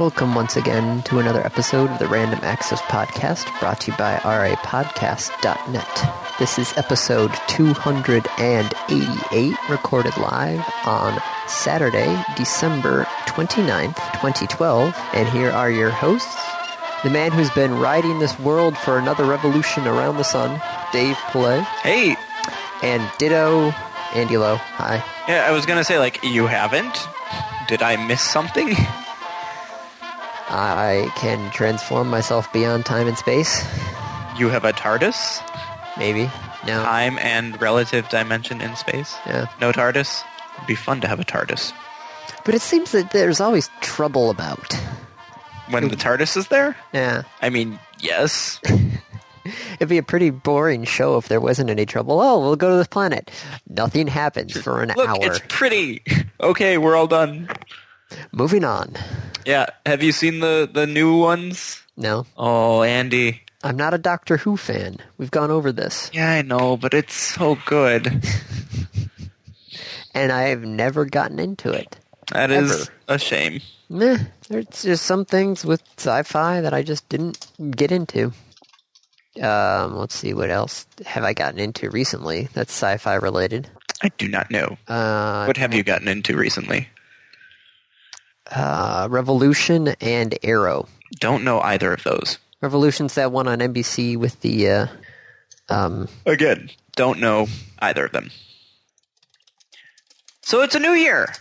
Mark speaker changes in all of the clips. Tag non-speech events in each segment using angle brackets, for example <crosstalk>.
Speaker 1: Welcome once again to another episode of the Random Access Podcast brought to you by rapodcast.net. This is episode 288, recorded live on Saturday, December 29th, 2012. And here are your hosts the man who's been riding this world for another revolution around the sun, Dave Pillay,
Speaker 2: Hey,
Speaker 1: and Ditto Andy Lowe. Hi.
Speaker 2: yeah, I was gonna say like you haven't. Did I miss something? <laughs>
Speaker 1: I can transform myself beyond time and space.
Speaker 2: You have a TARDIS,
Speaker 1: Maybe. No.
Speaker 2: time and relative dimension in space.
Speaker 1: Yeah.
Speaker 2: No TARDIS. It'd be fun to have a TARDIS
Speaker 1: But it seems that there's always trouble about.
Speaker 2: when the TARDIS is there.
Speaker 1: Yeah.
Speaker 2: I mean,
Speaker 1: <laughs>
Speaker 2: yes.
Speaker 1: It'd be a pretty boring show if there wasn't any trouble. Oh, we'll go to this planet. Nothing happens for an
Speaker 2: Look,
Speaker 1: hour.
Speaker 2: it's pretty. Okay, we're all done.
Speaker 1: Moving on.
Speaker 2: Yeah. Have you seen the the new ones?
Speaker 1: No,
Speaker 2: Oh, Andy.
Speaker 1: I'm not a Doctor Who fan. We've gone over this.
Speaker 2: Yeah, I know, but it's so good.
Speaker 1: And I've never gotten into it.
Speaker 2: That is
Speaker 1: Ever.
Speaker 2: a shame.
Speaker 1: Meh. There's just some things with sci-fi that I just didn't get into. Um, let's see what else have I gotten into recently that's sci-fi related.
Speaker 2: I do not know.
Speaker 1: Uh,
Speaker 2: What have you gotten into recently?
Speaker 1: uh, Revolution and Arrow.
Speaker 2: Don't know either of those.
Speaker 1: Revolution's that one on NBC with the uh, um,
Speaker 2: Again, don't know either of them. So it's a new year.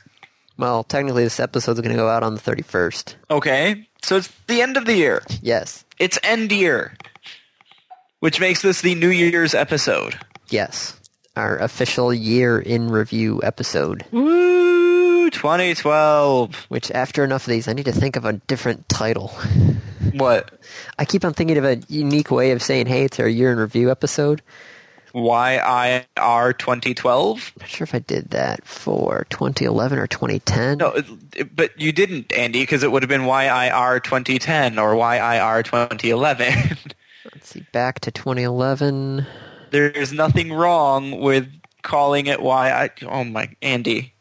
Speaker 1: Well, technically, this episode's going to go out on the 31st.
Speaker 2: Okay. So it's the end of the year.
Speaker 1: Yes.
Speaker 2: It's end year. Which makes this the New Year's episode.
Speaker 1: Yes. Our official year in review episode.
Speaker 2: Woo! 2012.
Speaker 1: Which, after enough of these, I need to think of a different title.
Speaker 2: What?
Speaker 1: I keep on thinking of a unique way of saying, hey, it's our year in review episode.
Speaker 2: YIR 2012?
Speaker 1: I'm not sure if I did that for 2011 or 2010.
Speaker 2: No, it- it- but you didn't, Andy, because it would have been YIR 2010 or YIR 2011.
Speaker 1: Let's see, back to 2011.
Speaker 2: <laughs> There's nothing wrong with calling it YI. Oh my, Andy.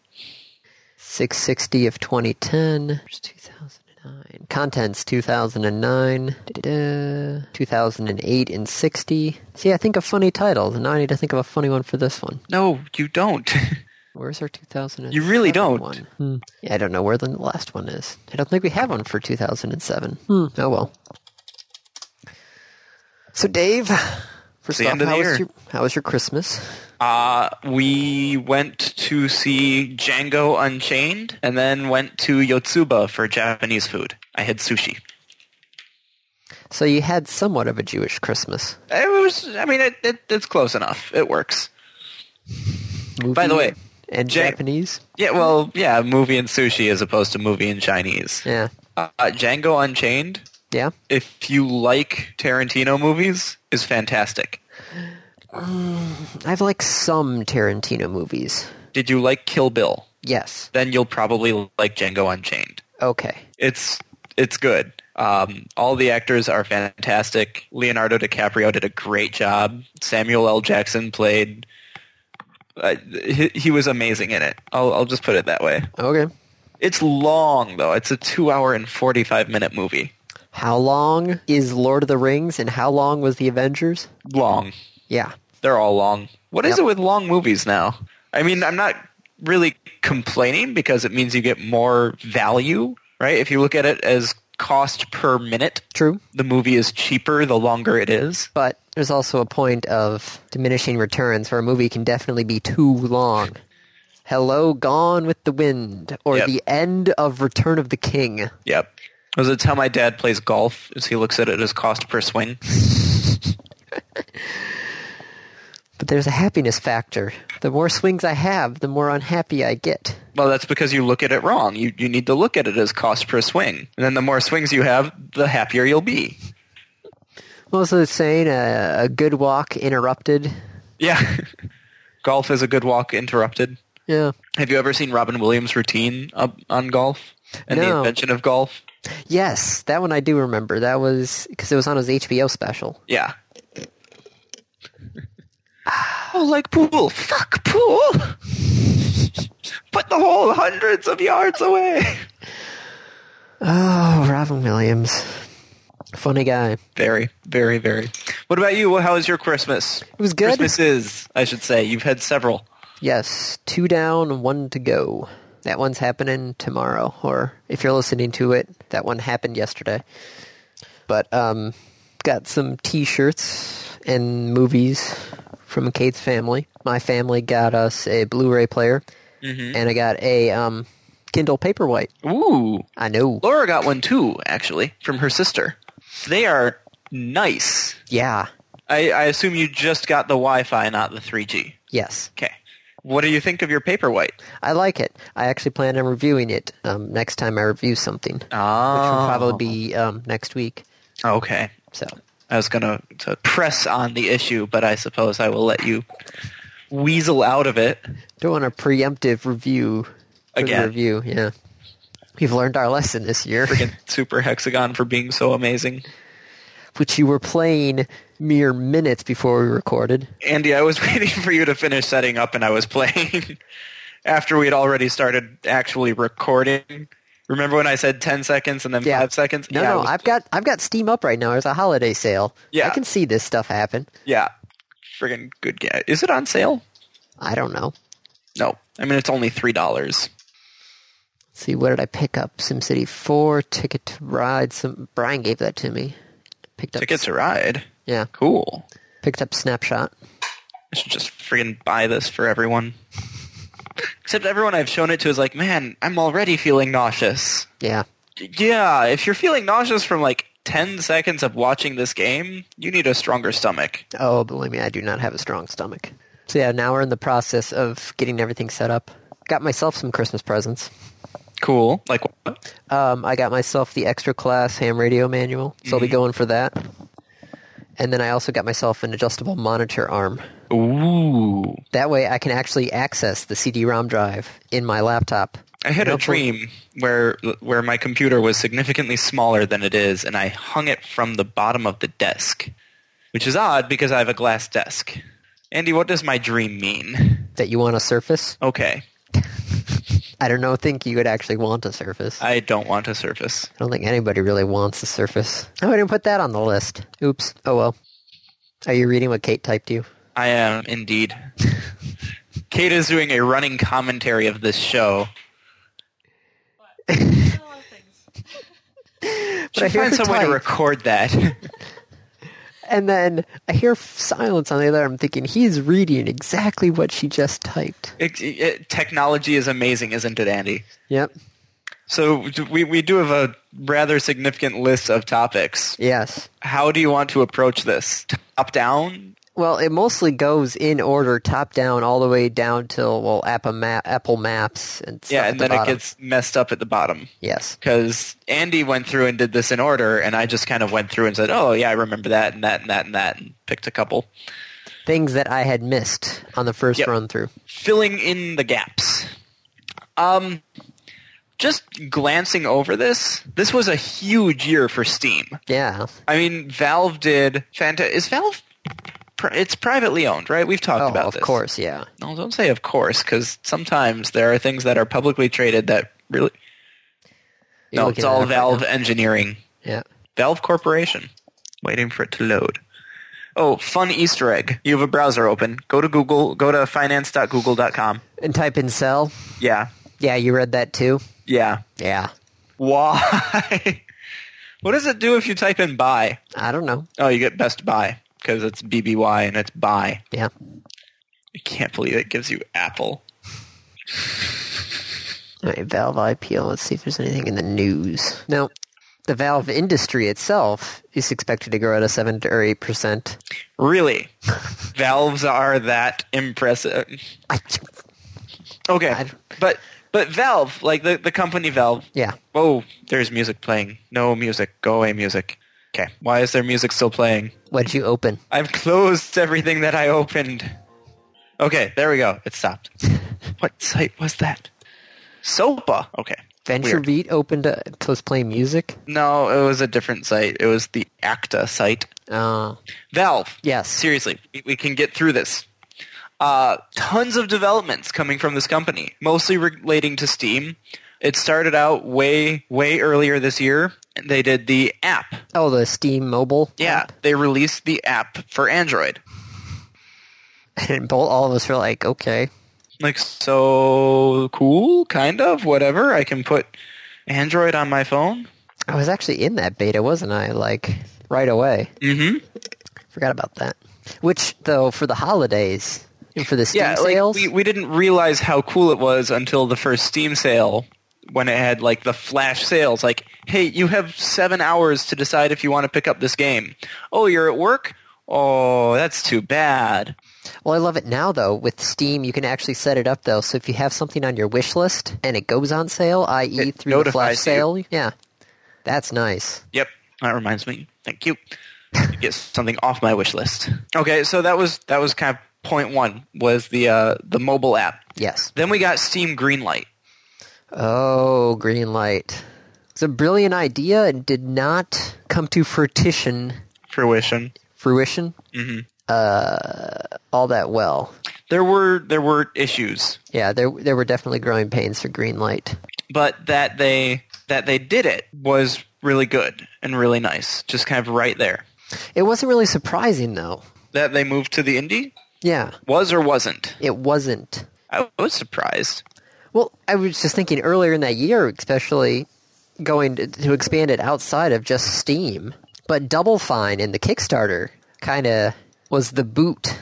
Speaker 1: 660 of 2010. There's 2009. Contents 2009. Da-da-da. 2008 and 60. See, I think of funny titles, and now I need to think of a funny one for this one.
Speaker 2: No, you don't. <laughs>
Speaker 1: Where's our 2000?
Speaker 2: You really don't.
Speaker 1: One? Hmm. Yeah, I don't know where the last one is. I don't think we have one for 2007. Hmm. Oh well. So Dave, first
Speaker 2: the
Speaker 1: off,
Speaker 2: end of the
Speaker 1: how
Speaker 2: year.
Speaker 1: was your how was your Christmas?
Speaker 2: Uh, we went to see Django Unchained and then went to Yotsuba for Japanese food. I had sushi.
Speaker 1: So you had somewhat of a Jewish Christmas.
Speaker 2: It was, I mean, it, it, it's close enough. It works. By
Speaker 1: Movie
Speaker 2: the way,
Speaker 1: and
Speaker 2: Ja-
Speaker 1: Japanese.
Speaker 2: Yeah, well, yeah, movie in sushi as opposed to movie in Chinese.
Speaker 1: Yeah.
Speaker 2: Uh, Django Unchained,
Speaker 1: Yeah.
Speaker 2: if you like Tarantino movies, is fantastic.
Speaker 1: I've liked some Tarantino movies.
Speaker 2: Did you like Kill Bill?
Speaker 1: Yes.
Speaker 2: Then you'll probably like Django Unchained.
Speaker 1: Okay.
Speaker 2: it's it's good. Um, all the actors are fantastic. Leonardo DiCaprio did a great job. Samuel L. Jackson played. Uh, he, he was amazing in it. I'll, I'll just put it that way.
Speaker 1: Okay.
Speaker 2: It's long though. It's a two-hour and forty-five minute movie.
Speaker 1: How long is Lord of the Rings and how long was The Avengers?
Speaker 2: Long.
Speaker 1: Yeah.
Speaker 2: They're all long. What is
Speaker 1: Yep.
Speaker 2: it with long movies now? I mean, I'm not really complaining because it means you get more value, right? If you look at it as cost per minute,
Speaker 1: True.
Speaker 2: the movie is cheaper the longer it is.
Speaker 1: But there's also a point of diminishing returns where a movie can definitely be too long. Hello, Gone with the Wind, or
Speaker 2: Yep.
Speaker 1: the end of Return of the King.
Speaker 2: Yep. Was it how my dad plays golf? Is he looks at it as cost per swing?
Speaker 1: But there's a happiness factor. The more swings I have, the more unhappy I get.
Speaker 2: Well, that's because you look at it wrong. You you need to look at it as cost per swing. And then the more swings you have, the happier you'll be.
Speaker 1: Most of the saying, uh, a good walk interrupted.
Speaker 2: Yeah. <laughs> golf is a good walk interrupted.
Speaker 1: Yeah.
Speaker 2: Have you ever seen Robin Williams' routine up on golf and the
Speaker 1: No.
Speaker 2: invention of golf?
Speaker 1: Yes, that one I do remember. That was because it was on his HBO special.
Speaker 2: Yeah. oh, like pool. Fuck pool. <laughs> Put the hole hundreds of yards away.
Speaker 1: Oh, Robin Williams. Funny guy.
Speaker 2: Very, very, very. What about you? How was your Christmas?
Speaker 1: It was good.
Speaker 2: Christmas is, I should say. You've had several.
Speaker 1: Yes, two down, one to go. That one's happening tomorrow, or if you're listening to it, that one happened yesterday. But um, got some T-shirts and movies from Kate's family. My family got us a Blu-ray player, and I got a um, Kindle Paperwhite.
Speaker 2: Ooh.
Speaker 1: I know.
Speaker 2: Laura got one too, actually, from her sister. They are nice.
Speaker 1: Yeah.
Speaker 2: I, I assume you just got the Wi-Fi, not the 3G.
Speaker 1: Yes.
Speaker 2: Okay. What do you think of your Paperwhite?
Speaker 1: I like it. I actually plan on reviewing it um, next time I review something, which will
Speaker 2: Oh,
Speaker 1: probably be um, next week.
Speaker 2: okay.
Speaker 1: So
Speaker 2: I was going to press on the issue, but I suppose I will let you weasel out of it.
Speaker 1: don't want a preemptive review for the
Speaker 2: Again.
Speaker 1: review. Yeah, we've learned our lesson this year,
Speaker 2: Freaking Super Hexagon for being so amazing.
Speaker 1: <laughs> which you were playing mere minutes before we recorded.
Speaker 2: Andy, I was <laughs> waiting for you to finish setting up, and I was playing <laughs> after we had already started actually recording. Remember when I said 10 seconds and then
Speaker 1: Yeah.
Speaker 2: 5 seconds?
Speaker 1: No,
Speaker 2: yeah, I
Speaker 1: no,
Speaker 2: was-
Speaker 1: I've got I've got Steam up right now. There's a holiday sale.
Speaker 2: Yeah.
Speaker 1: I can see this stuff happen.
Speaker 2: yeah. Friggin' good guy. Is it on sale?
Speaker 1: I don't know.
Speaker 2: No. I mean, it's only $3.
Speaker 1: Let's see, what did I pick up? SimCity Four, Ticket to Ride. Some Brian gave that to me. Picked up
Speaker 2: Ticket to ride.
Speaker 1: Yeah,
Speaker 2: Cool.
Speaker 1: picked up Snapshot.
Speaker 2: I should just friggin' buy this for everyone. <laughs> Except everyone I've shown it to is like, man, I'm already feeling nauseous.
Speaker 1: Yeah,
Speaker 2: Y- Yeah, if you're feeling nauseous from like 10 seconds of watching this game, you need a stronger stomach.
Speaker 1: Oh, believe me, I do not have a strong stomach. So yeah, now we're in the process of getting everything set up. Got myself some Christmas presents.
Speaker 2: Cool. Like, what?
Speaker 1: Um, I got myself the extra class ham radio manual, so I'll be going for that. And then I also got myself an adjustable monitor arm.
Speaker 2: ooh.
Speaker 1: That way, I can actually access the CD-ROM drive in my laptop.
Speaker 2: I had a
Speaker 1: Nope.
Speaker 2: dream where where my computer was significantly smaller than it is, and I hung it from the bottom of the desk, which is odd because I have a glass desk. Andy, what does my dream mean?
Speaker 1: That you want a Surface?
Speaker 2: Okay,
Speaker 1: I don't know. Think you would actually want a Surface? I
Speaker 2: I don't want a Surface.
Speaker 1: don't think anybody really wants a Surface. Oh, I wouldn't put that on the list. Oops. Oh well. Are you reading what Kate typed you?
Speaker 2: I am indeed. <laughs> Kate is doing a running commentary of this show.
Speaker 3: a lot of things.
Speaker 1: I
Speaker 2: Should
Speaker 1: hear
Speaker 2: find
Speaker 1: her
Speaker 2: some way to
Speaker 1: type.
Speaker 2: record that. <laughs>
Speaker 1: And then I hear f- silence on the other. I'm thinking he's reading exactly what she just typed.
Speaker 2: It- it- technology is amazing, isn't it, Andy?
Speaker 1: Yep.
Speaker 2: So we we do have a rather significant list of topics.
Speaker 1: Yes.
Speaker 2: how do you want to approach this? Top down?
Speaker 1: Well, it mostly goes in order, top down, all the way down till well, Apple, Ma- Apple Maps and stuff
Speaker 2: yeah,
Speaker 1: at
Speaker 2: and
Speaker 1: the
Speaker 2: then
Speaker 1: bottom.
Speaker 2: it gets messed up at the bottom.
Speaker 1: yes.
Speaker 2: Because Andy went through and did this in order, and I just kind of went through and said, oh, yeah, I remember that and that and that and that, and picked a couple.
Speaker 1: Things that I had missed on the first
Speaker 2: Yep.
Speaker 1: run through.
Speaker 2: Filling in the gaps. Um, just glancing over this, this was a huge year for Steam.
Speaker 1: Yeah.
Speaker 2: I mean, Valve did... Fanta- is Valve... pri- It's privately owned, right? We've talked
Speaker 1: Oh,
Speaker 2: about
Speaker 1: of
Speaker 2: this.
Speaker 1: course. Yeah.
Speaker 2: No, don't say of course, because sometimes there are things that are publicly traded that really.
Speaker 1: You're
Speaker 2: no,
Speaker 1: looking
Speaker 2: it's
Speaker 1: it
Speaker 2: all
Speaker 1: up right
Speaker 2: Valve
Speaker 1: now.
Speaker 2: Engineering,
Speaker 1: yeah.
Speaker 2: Valve Corporation. Waiting for it to load. Oh, fun Easter egg! You have a browser open. Go to Google. Go to finance.google.com.
Speaker 1: And type in cell.
Speaker 2: Yeah,
Speaker 1: Yeah, you read that too.
Speaker 2: yeah.
Speaker 1: Yeah.
Speaker 2: Why? <laughs> what does it do if you type in buy?
Speaker 1: I don't know.
Speaker 2: Oh, you get best buy because it's BBY and it's buy.
Speaker 1: Yeah.
Speaker 2: I can't believe it gives you Apple.
Speaker 1: All right, Valve IPO. Let's see if there's anything in the news. No, the Valve industry itself is expected to grow at a seven to- or eight percent. <laughs>
Speaker 2: Really, Valves are that impressive.
Speaker 1: I,
Speaker 2: Okay,
Speaker 1: I-
Speaker 2: but but Valve, like the the company Valve.
Speaker 1: yeah,
Speaker 2: Oh, there's music playing. No music. Go away, music. Okay. Why is there music still playing?
Speaker 1: what'd you open?
Speaker 2: I've closed everything that I opened. Okay, there we go.
Speaker 1: <laughs>
Speaker 2: It stopped. what site was that? Sopa. Okay.
Speaker 1: Venture
Speaker 2: Weird.
Speaker 1: Beat opened. A, was playing music.
Speaker 2: No, it was a different site. It was the Acta site.
Speaker 1: Uh,
Speaker 2: Valve.
Speaker 1: yes,
Speaker 2: Seriously, we, we can get through this. Uh, tons of developments coming from this company, mostly relating to Steam. It started out way, way earlier this year. They did the app.
Speaker 1: Oh, the Steam mobile.
Speaker 2: Yeah, they released the app for Android.
Speaker 1: <laughs> And both all of us were like, okay,
Speaker 2: Like, so cool, kind of, whatever. I can put Android on my phone.
Speaker 1: I was actually in that beta, wasn't I? Like right away.
Speaker 2: Mm-hmm.
Speaker 1: Forgot about that. Which though for the holidays and for the Steam
Speaker 2: yeah,
Speaker 1: sales,
Speaker 2: like we, we didn't realize how cool it was until the first Steam sale when it had like the flash sales. Like, hey, you have seven hours to decide if you want to pick up this game. Oh, you're at work. Oh, that's too bad.
Speaker 1: well, I love it now though. With Steam, you can actually set it up though. So if you have something on your wish list and it goes on sale, i.e.,
Speaker 2: It
Speaker 1: through the flash
Speaker 2: notifies you.
Speaker 1: sale, yeah, that's nice.
Speaker 2: Yep, that reminds me. Thank you. Get something off my wish list. Okay, so that was that was kind of point one was the uh, the mobile app.
Speaker 1: Yes.
Speaker 2: Then we got Steam Greenlight.
Speaker 1: Oh, green light. It's a brilliant idea and did not come to fruition.
Speaker 2: Fruition.
Speaker 1: Fruition.
Speaker 2: Mhm.
Speaker 1: Uh, all that well.
Speaker 2: There were there were issues
Speaker 1: Yeah, there there were definitely growing pains for green light.
Speaker 2: but that they that they did it was really good and really nice just kind of right there
Speaker 1: It wasn't really surprising though.
Speaker 2: that they moved to the indie
Speaker 1: Yeah,
Speaker 2: was or wasn't
Speaker 1: it wasn't.
Speaker 2: i was surprised
Speaker 1: Well, I was just thinking earlier in that year, especially going to, to expand it outside of just Steam, but Double Fine in the Kickstarter kind of was the boot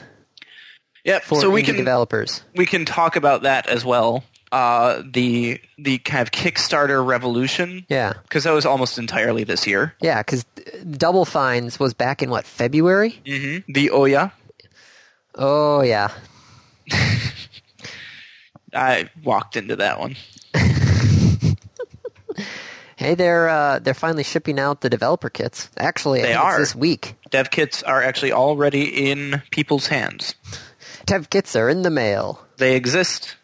Speaker 2: yep
Speaker 1: for
Speaker 2: so we
Speaker 1: indie
Speaker 2: can
Speaker 1: developers.
Speaker 2: we can talk about that as well uh, the the kind of kickstarter revolution
Speaker 1: Yeah,
Speaker 2: because that was almost entirely this year
Speaker 1: yeah, because Double Fines was back in what February?
Speaker 2: hmm the oya
Speaker 1: Oh yeah,
Speaker 2: i walked into that one
Speaker 1: hey, they're uh, they're finally shipping out the developer kits. Actually, I
Speaker 2: They
Speaker 1: think it's
Speaker 2: are.
Speaker 1: this week.
Speaker 2: dev kits are actually already in people's hands
Speaker 1: Dev kits are in the mail,
Speaker 2: they exist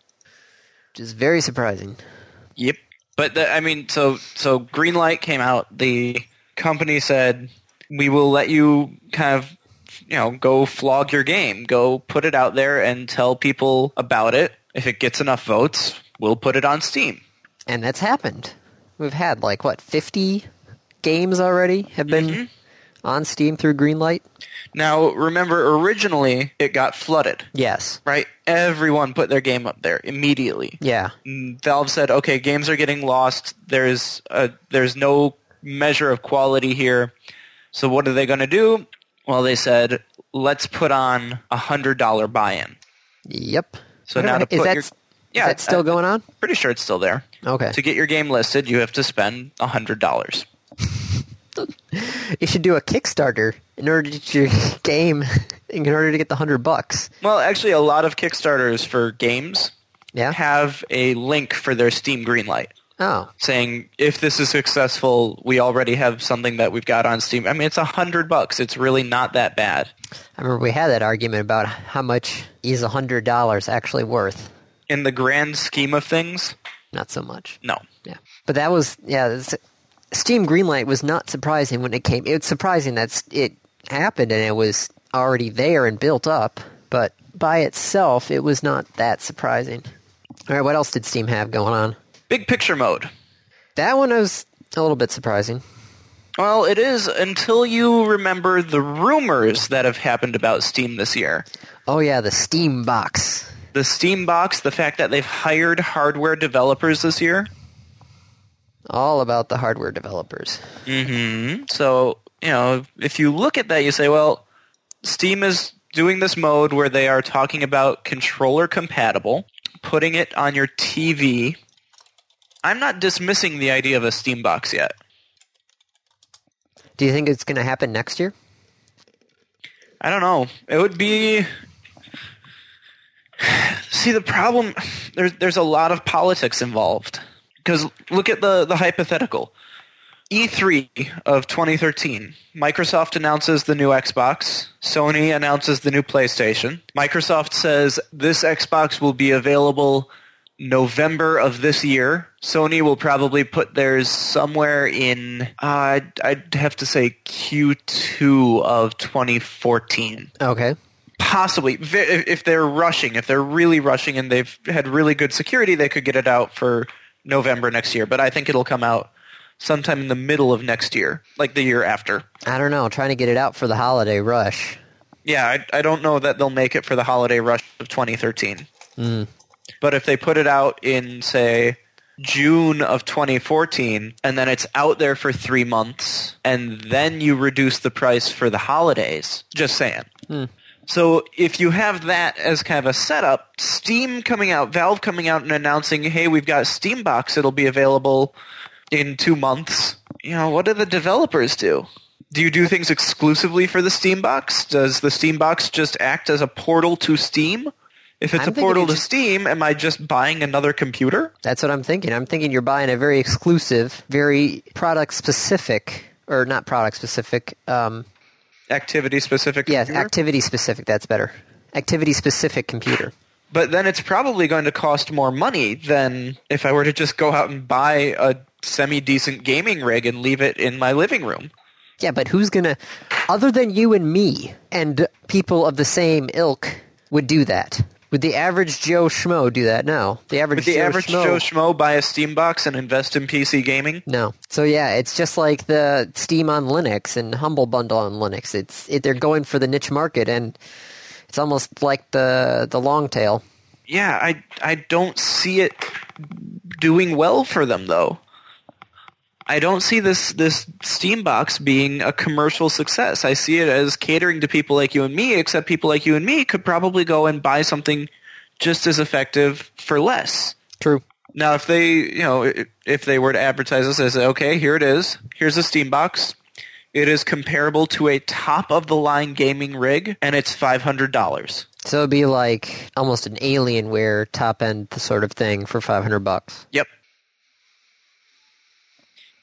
Speaker 1: which is very surprising.
Speaker 2: Yep. But the, I mean, so so Greenlight came out. The company said, "We will let you kind of, you know, go flog your game, go put it out there, and tell people about it. If it gets enough votes, we'll put it on Steam."
Speaker 1: and that's happened. We've had like what fifty games already have been
Speaker 2: Mm-hmm.
Speaker 1: on Steam through Greenlight.
Speaker 2: Now, remember, originally it got flooded,
Speaker 1: Yes,
Speaker 2: right? Everyone put their game up there immediately.
Speaker 1: yeah,
Speaker 2: Mm, Valve said, "Okay, games are getting lost. There's a, there's no measure of quality here. So what are they going to do?" Well, they said, "Let's put on a hundred dollar buy-in."
Speaker 1: yep.
Speaker 2: So
Speaker 1: I don't
Speaker 2: now
Speaker 1: know,
Speaker 2: to
Speaker 1: is
Speaker 2: put
Speaker 1: that
Speaker 2: your-
Speaker 1: s-
Speaker 2: Yeah,
Speaker 1: is that still
Speaker 2: I-
Speaker 1: going on?
Speaker 2: Pretty sure it's still there.
Speaker 1: Okay,
Speaker 2: To get your game listed, you have to spend a hundred dollars.
Speaker 1: you should do a Kickstarter in order to get your <laughs> game in order to get the hundred bucks.
Speaker 2: Well, actually, a lot of Kickstarters for games
Speaker 1: Yeah.
Speaker 2: have a link for their Steam Greenlight.
Speaker 1: Oh,
Speaker 2: Saying if this is successful, we already have something that we've got on Steam. I mean, it's a hundred bucks. It's really not that bad.
Speaker 1: I remember we had that argument about how much is a hundred dollars actually worth.
Speaker 2: in the grand scheme of things,
Speaker 1: Not so much.
Speaker 2: no.
Speaker 1: Yeah, but that was yeah. That's, Steam Greenlight was not surprising when it came. It's surprising that s- it happened and it was already there and built up, but by itself, it was not that surprising. All right, what else did Steam have going on?
Speaker 2: Big picture mode.
Speaker 1: That one was a little bit surprising.
Speaker 2: Well, it is until you remember the rumors that have happened about Steam this year.
Speaker 1: Oh yeah, the Steam Box.
Speaker 2: The Steam box, the fact that they've hired hardware developers this year.
Speaker 1: All about the hardware developers.
Speaker 2: Mm-hmm. So, you know, if you look at that, you say, well, Steam is doing this mode where they are talking about controller compatible, putting it on your TV. I'm not dismissing the idea of a Steam box yet.
Speaker 1: Do you think it's going to happen next year?
Speaker 2: I don't know. It would be. See the problem. There's there's a lot of politics involved. Because look at the the hypothetical. E3 of 2013. Microsoft announces the new Xbox. Sony announces the new PlayStation. Microsoft says this Xbox will be available November of this year. Sony will probably put theirs somewhere in, uh, I'd, I'd have to say Q2 of 2014.
Speaker 1: Okay.
Speaker 2: Possibly. Ve- If if they're rushing, if they're really rushing and they've had really good security, they could get it out for November next year, but I think it'll come out sometime in the middle of next year, like the year after.
Speaker 1: I don't know. Trying to get it out for the holiday rush.
Speaker 2: Yeah, I, I don't know that they'll make it for the holiday rush of 2013. But if they put it out in, say, June of 2014, and then it's out there for three months, and then you reduce the price for the holidays, just saying. So if you have that as kind of a setup, Steam coming out, Valve coming out and announcing, hey, we've got Steam Box. It'll be available in two months. You know, what do the developers do? Do you do things exclusively for the Steam Box? Does the Steam Box just act as a portal to Steam? If it's
Speaker 1: I'm
Speaker 2: a
Speaker 1: thinking
Speaker 2: portal
Speaker 1: you
Speaker 2: to
Speaker 1: just-
Speaker 2: Steam, am I just buying another computer?
Speaker 1: That's what I'm thinking. I'm thinking you're buying a very exclusive, very product specific, or not product specific. Um,
Speaker 2: Activity specific
Speaker 1: yeah,
Speaker 2: computer?
Speaker 1: activity specific. That's better. Activity specific computer.
Speaker 2: but then it's probably going to cost more money than if I were to just go out and buy a semi decent gaming rig and leave it in my living room.
Speaker 1: Yeah, but who's gonna, other than you and me and people of the same ilk, would do that? Would the average Joe schmo do that? No, the average
Speaker 2: Would the
Speaker 1: Joe
Speaker 2: average
Speaker 1: schmo.
Speaker 2: Joe Schmo buy a Steam box and invest in PC gaming?
Speaker 1: no. So yeah, it's just like the Steam on Linux and Humble Bundle on Linux. It's it, they're going for the niche market, and it's almost like the the long tail.
Speaker 2: Yeah, I I don't see it doing well for them though. I don't see this this Steam box being a commercial success. I see it as catering to people like you and me, except people like you and me could probably go and buy something just as effective for less.
Speaker 1: True.
Speaker 2: Now, if they, you know, i- if they were to advertise this as, okay, here it is, here's a Steam box. It is comparable to a top of the line gaming rig, and it's five hundred dollars.
Speaker 1: So it'd be like almost an Alienware top end sort of thing for five hundred bucks.
Speaker 2: Yep.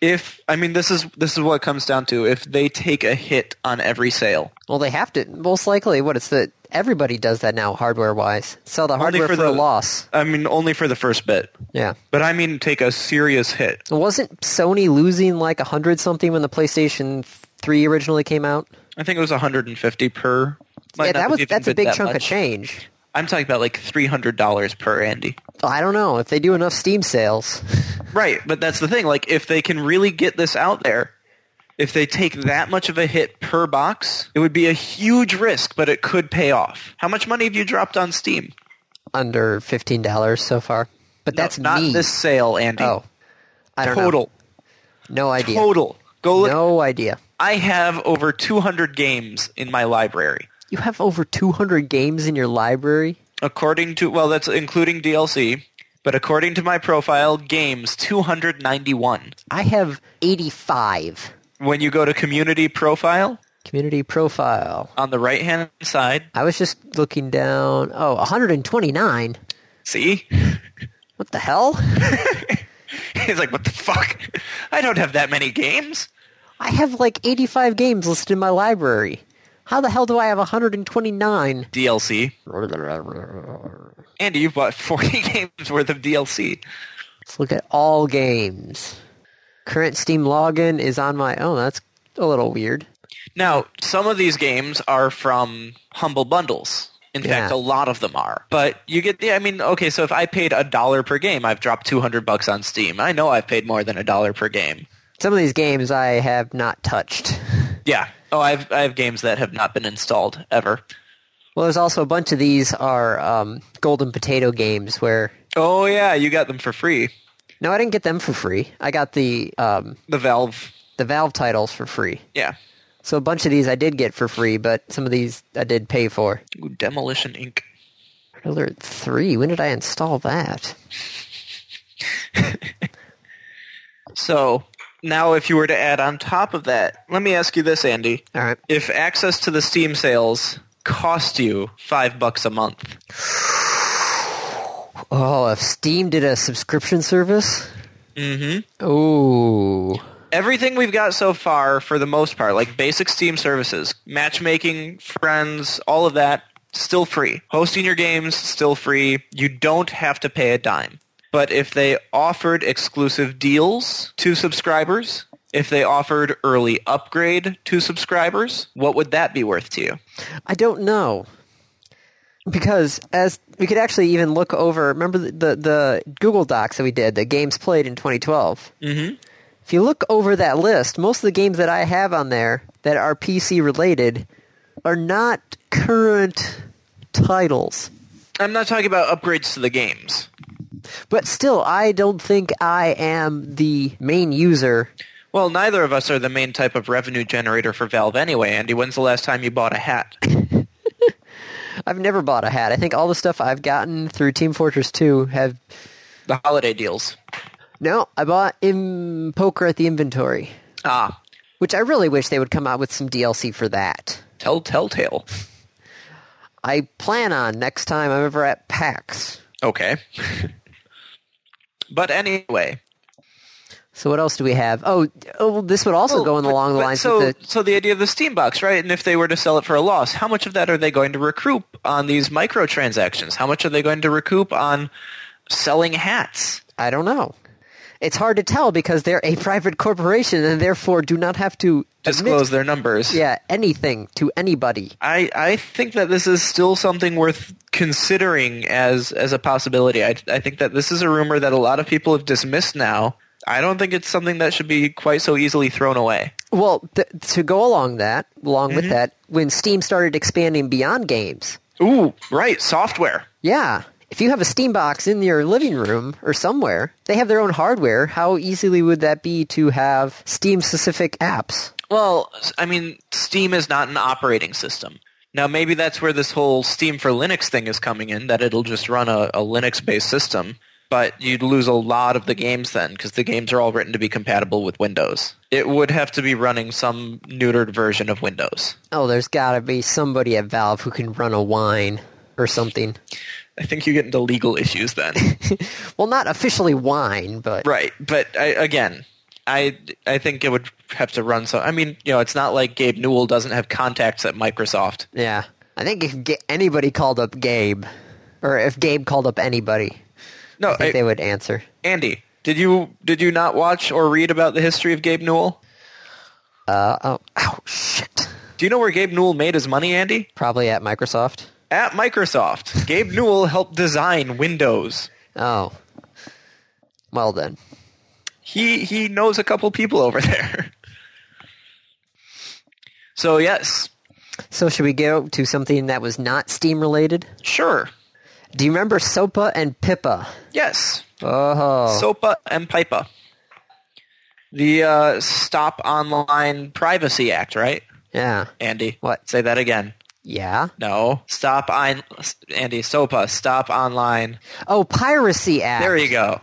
Speaker 2: If I mean, this is this is what it comes down to. If they take a hit on every sale,
Speaker 1: Well, they have to most likely. What it's the everybody does that now, hardware wise. Sell the hardware
Speaker 2: for
Speaker 1: for,
Speaker 2: the-
Speaker 1: a loss.
Speaker 2: I mean, only for the first bit.
Speaker 1: Yeah.
Speaker 2: But I mean, take a serious hit.
Speaker 1: Wasn't Sony losing like a hundred something when the PlayStation Three originally came out?
Speaker 2: I think it was 150 per. Might
Speaker 1: yeah,
Speaker 2: not
Speaker 1: that
Speaker 2: have
Speaker 1: was
Speaker 2: even
Speaker 1: that's a
Speaker 2: been
Speaker 1: big
Speaker 2: that
Speaker 1: chunk
Speaker 2: much.
Speaker 1: of change.
Speaker 2: I'm talking about like $300 per Andy.
Speaker 1: I don't know if they do enough Steam sales. <laughs>
Speaker 2: Right, but that's the thing. Like, if they can really get this out there, if they take that much of a hit per box, it would be a huge risk, but it could pay off. How much money have you dropped on Steam?
Speaker 1: Under fifteen dollars so far, but that's
Speaker 2: not
Speaker 1: me.
Speaker 2: this sale, Andy.
Speaker 1: oh, I don't
Speaker 2: total,
Speaker 1: know. No idea.
Speaker 2: total. Go look.
Speaker 1: No idea.
Speaker 2: I have over 200 games in my library,
Speaker 1: You have over two hundred games in your library.
Speaker 2: according to well, that's including DLC. But according to my profile, games 291.
Speaker 1: I have eighty-five.
Speaker 2: When you go to community profile
Speaker 1: Community profile.
Speaker 2: on the right hand side,
Speaker 1: I was just looking down. Oh, 129.
Speaker 2: see,
Speaker 1: What the hell? <laughs>
Speaker 2: <laughs> He's like, what the fuck? I don't have that many games.
Speaker 1: I have like 85 games listed in my library. How the hell do I have 129?
Speaker 2: DLC. Andy, you've bought <laughs> 40 games worth of DLC.
Speaker 1: Let's look at all games. Current Steam login is on my. Oh, that's a little weird.
Speaker 2: Now, some of these games are from Humble Bundles. In
Speaker 1: Yeah.
Speaker 2: fact, a lot of them are. But you get the, I mean, okay, so if I paid a dollar per game, I've dropped 200 bucks on Steam. I know I've paid more than a dollar per game.
Speaker 1: Some of these games I have not touched.
Speaker 2: Yeah. Oh, I've, I have games that have not been installed ever.
Speaker 1: Well, there's also a bunch of these are um, golden potato games where.
Speaker 2: Oh, yeah, you got them for free.
Speaker 1: No, I didn't get them for free. I got the um,
Speaker 2: The Valve.
Speaker 1: the Valve titles for free.
Speaker 2: Yeah.
Speaker 1: So a bunch of these I did get for free, but some of these I did pay for.
Speaker 2: Ooh, Demolition Inc.
Speaker 1: Red Alert 3, when did I install that?
Speaker 2: So now if you were to add on top of that, let me ask you this, Andy.
Speaker 1: All right.
Speaker 2: If access to the Steam sales cost you five bucks a month,
Speaker 1: Oh, if Steam did a subscription service? Mm-hmm. Ooh.
Speaker 2: everything we've got so far, for the most part, like basic Steam services, matchmaking, friends, all of that, still free. Hosting your games, still free. You don't have to pay a dime. But if they offered exclusive deals to subscribers, if they offered early upgrade to subscribers, what would that be worth to you?
Speaker 1: I don't know. because as we could actually even look over remember the, the, the google docs that we did the games played in 2012 mm-hmm. if you look over that list most of the games that i have on there that are pc related are not current titles
Speaker 2: I'm not talking about upgrades to the games.
Speaker 1: but still i don't think i am the main user
Speaker 2: Well, neither of us are the main type of revenue generator for Valve anyway, Andy. When's the last time you bought a
Speaker 1: <laughs>
Speaker 2: hat?
Speaker 1: i've never bought a hat i think all the stuff i've gotten through team fortress 2 have
Speaker 2: The holiday deals.
Speaker 1: no i bought in poker at the inventory
Speaker 2: Ah,
Speaker 1: which i really wish they would come out with some dlc for that
Speaker 2: tell Telltale.
Speaker 1: I plan on next time I'm ever at PAX.
Speaker 2: Okay. <laughs> but anyway.
Speaker 1: So what else do we have? Oh, oh well, this would also go in
Speaker 2: But-
Speaker 1: along the
Speaker 2: but
Speaker 1: lines
Speaker 2: so,
Speaker 1: with the.
Speaker 2: so the idea of the Steam box, right? And if they were to sell it for a loss, how much of that are they going to recoup on these microtransactions? How much are they going to recoup on selling hats?
Speaker 1: I don't know. It's hard to tell because they're a private corporation and therefore do not have to
Speaker 2: Disclose
Speaker 1: admit,
Speaker 2: their numbers.
Speaker 1: yeah, anything to anybody.
Speaker 2: I, I think that this is still something worth considering as as a possibility. I, I think that this is a rumor that a lot of people have dismissed now. I don't think it's something that should be quite so easily thrown away.
Speaker 1: Well, th- to go along that, along with
Speaker 2: Mm-hmm.
Speaker 1: that, when Steam started expanding beyond games,
Speaker 2: Ooh, right, software.
Speaker 1: yeah, if you have a Steam box in your living room or somewhere, they have their own hardware. How easily would that be to have Steam specific apps?
Speaker 2: Well, s- I mean, Steam is not an operating system. Now, maybe that's where this whole Steam for Linux thing is coming in, that it'll just run a, a Linux-based system, but you'd lose a lot of the games then, because the games are all written to be compatible with Windows. It would have to be running some neutered version of Windows.
Speaker 1: Oh, there's got to be somebody at Valve who can run a wine or something.
Speaker 2: I think you get into legal issues then.
Speaker 1: Well, not officially wine, but
Speaker 2: right, but I, again, I, I think it would have to run so. I mean, you know, it's not like Gabe Newell doesn't have contacts at Microsoft.
Speaker 1: yeah. I think if Ga- anybody called up Gabe, or if Gabe called up anybody,
Speaker 2: No,
Speaker 1: I think
Speaker 2: I-
Speaker 1: they would answer.
Speaker 2: Andy, did you did you not watch or read about the history of Gabe Newell?
Speaker 1: Uh, oh, ow, shit.
Speaker 2: Do you know where Gabe Newell made his money, Andy?
Speaker 1: Probably at Microsoft.
Speaker 2: At Microsoft. Gabe Newell helped design Windows.
Speaker 1: Oh. Well, then.
Speaker 2: He he knows a couple people over <laughs> there. So yes,
Speaker 1: So, should we go to something that was not Steam related?
Speaker 2: sure.
Speaker 1: Do you remember SOPA and PIPA?
Speaker 2: Yes.
Speaker 1: Oh.
Speaker 2: SOPA and PIPA. The uh, Stop Online Privacy Act, right?
Speaker 1: yeah.
Speaker 2: Andy.
Speaker 1: What?
Speaker 2: Say that again.
Speaker 1: Yeah.
Speaker 2: No. Stop on Andy SOPA, Stop Online
Speaker 1: Oh, Piracy Act.
Speaker 2: There you go.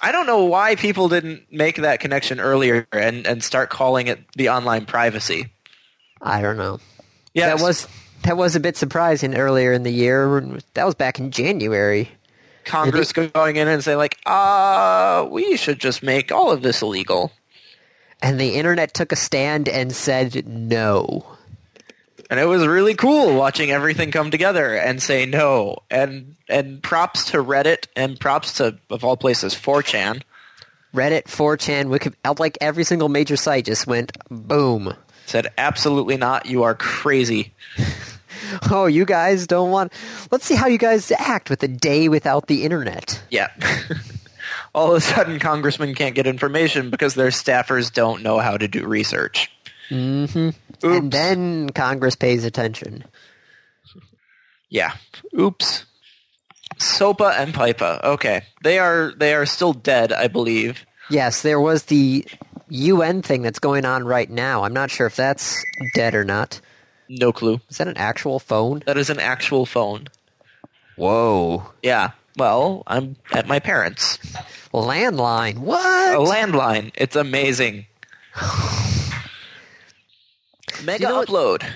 Speaker 2: I don't know why people didn't make that connection earlier and, and start calling it the online privacy.
Speaker 1: I don't know.
Speaker 2: Yeah,
Speaker 1: That was that was a bit surprising earlier in the year. That was back in January.
Speaker 2: Congress going in and saying like, uh, we should just make all of this illegal.
Speaker 1: And the internet took a stand and said no.
Speaker 2: And it was really cool watching everything come together and say no. And and props to Reddit and props to of all places 4chan.
Speaker 1: Reddit, 4chan, Wiki, like every single major site just went boom.
Speaker 2: Said absolutely not, you are crazy.
Speaker 1: Oh, you guys don't want. Let's see how you guys act with a day without the internet.
Speaker 2: Yeah. <laughs> all of a sudden congressmen can't get information because their staffers don't know how to do research.
Speaker 1: Mm-hmm. And then Congress pays attention.
Speaker 2: Yeah. Oops. SOPA and PIPA. Okay. They are they are still dead, I believe.
Speaker 1: Yes, there was the UN thing that's going on right now. I'm not sure if that's dead or not.
Speaker 2: No clue.
Speaker 1: Is that an actual phone?
Speaker 2: That is an actual phone.
Speaker 1: Whoa.
Speaker 2: Yeah. Well, I'm at my parents.
Speaker 1: Landline.
Speaker 2: A
Speaker 1: What?
Speaker 2: landline. It's amazing. Mega
Speaker 1: know what-
Speaker 2: upload.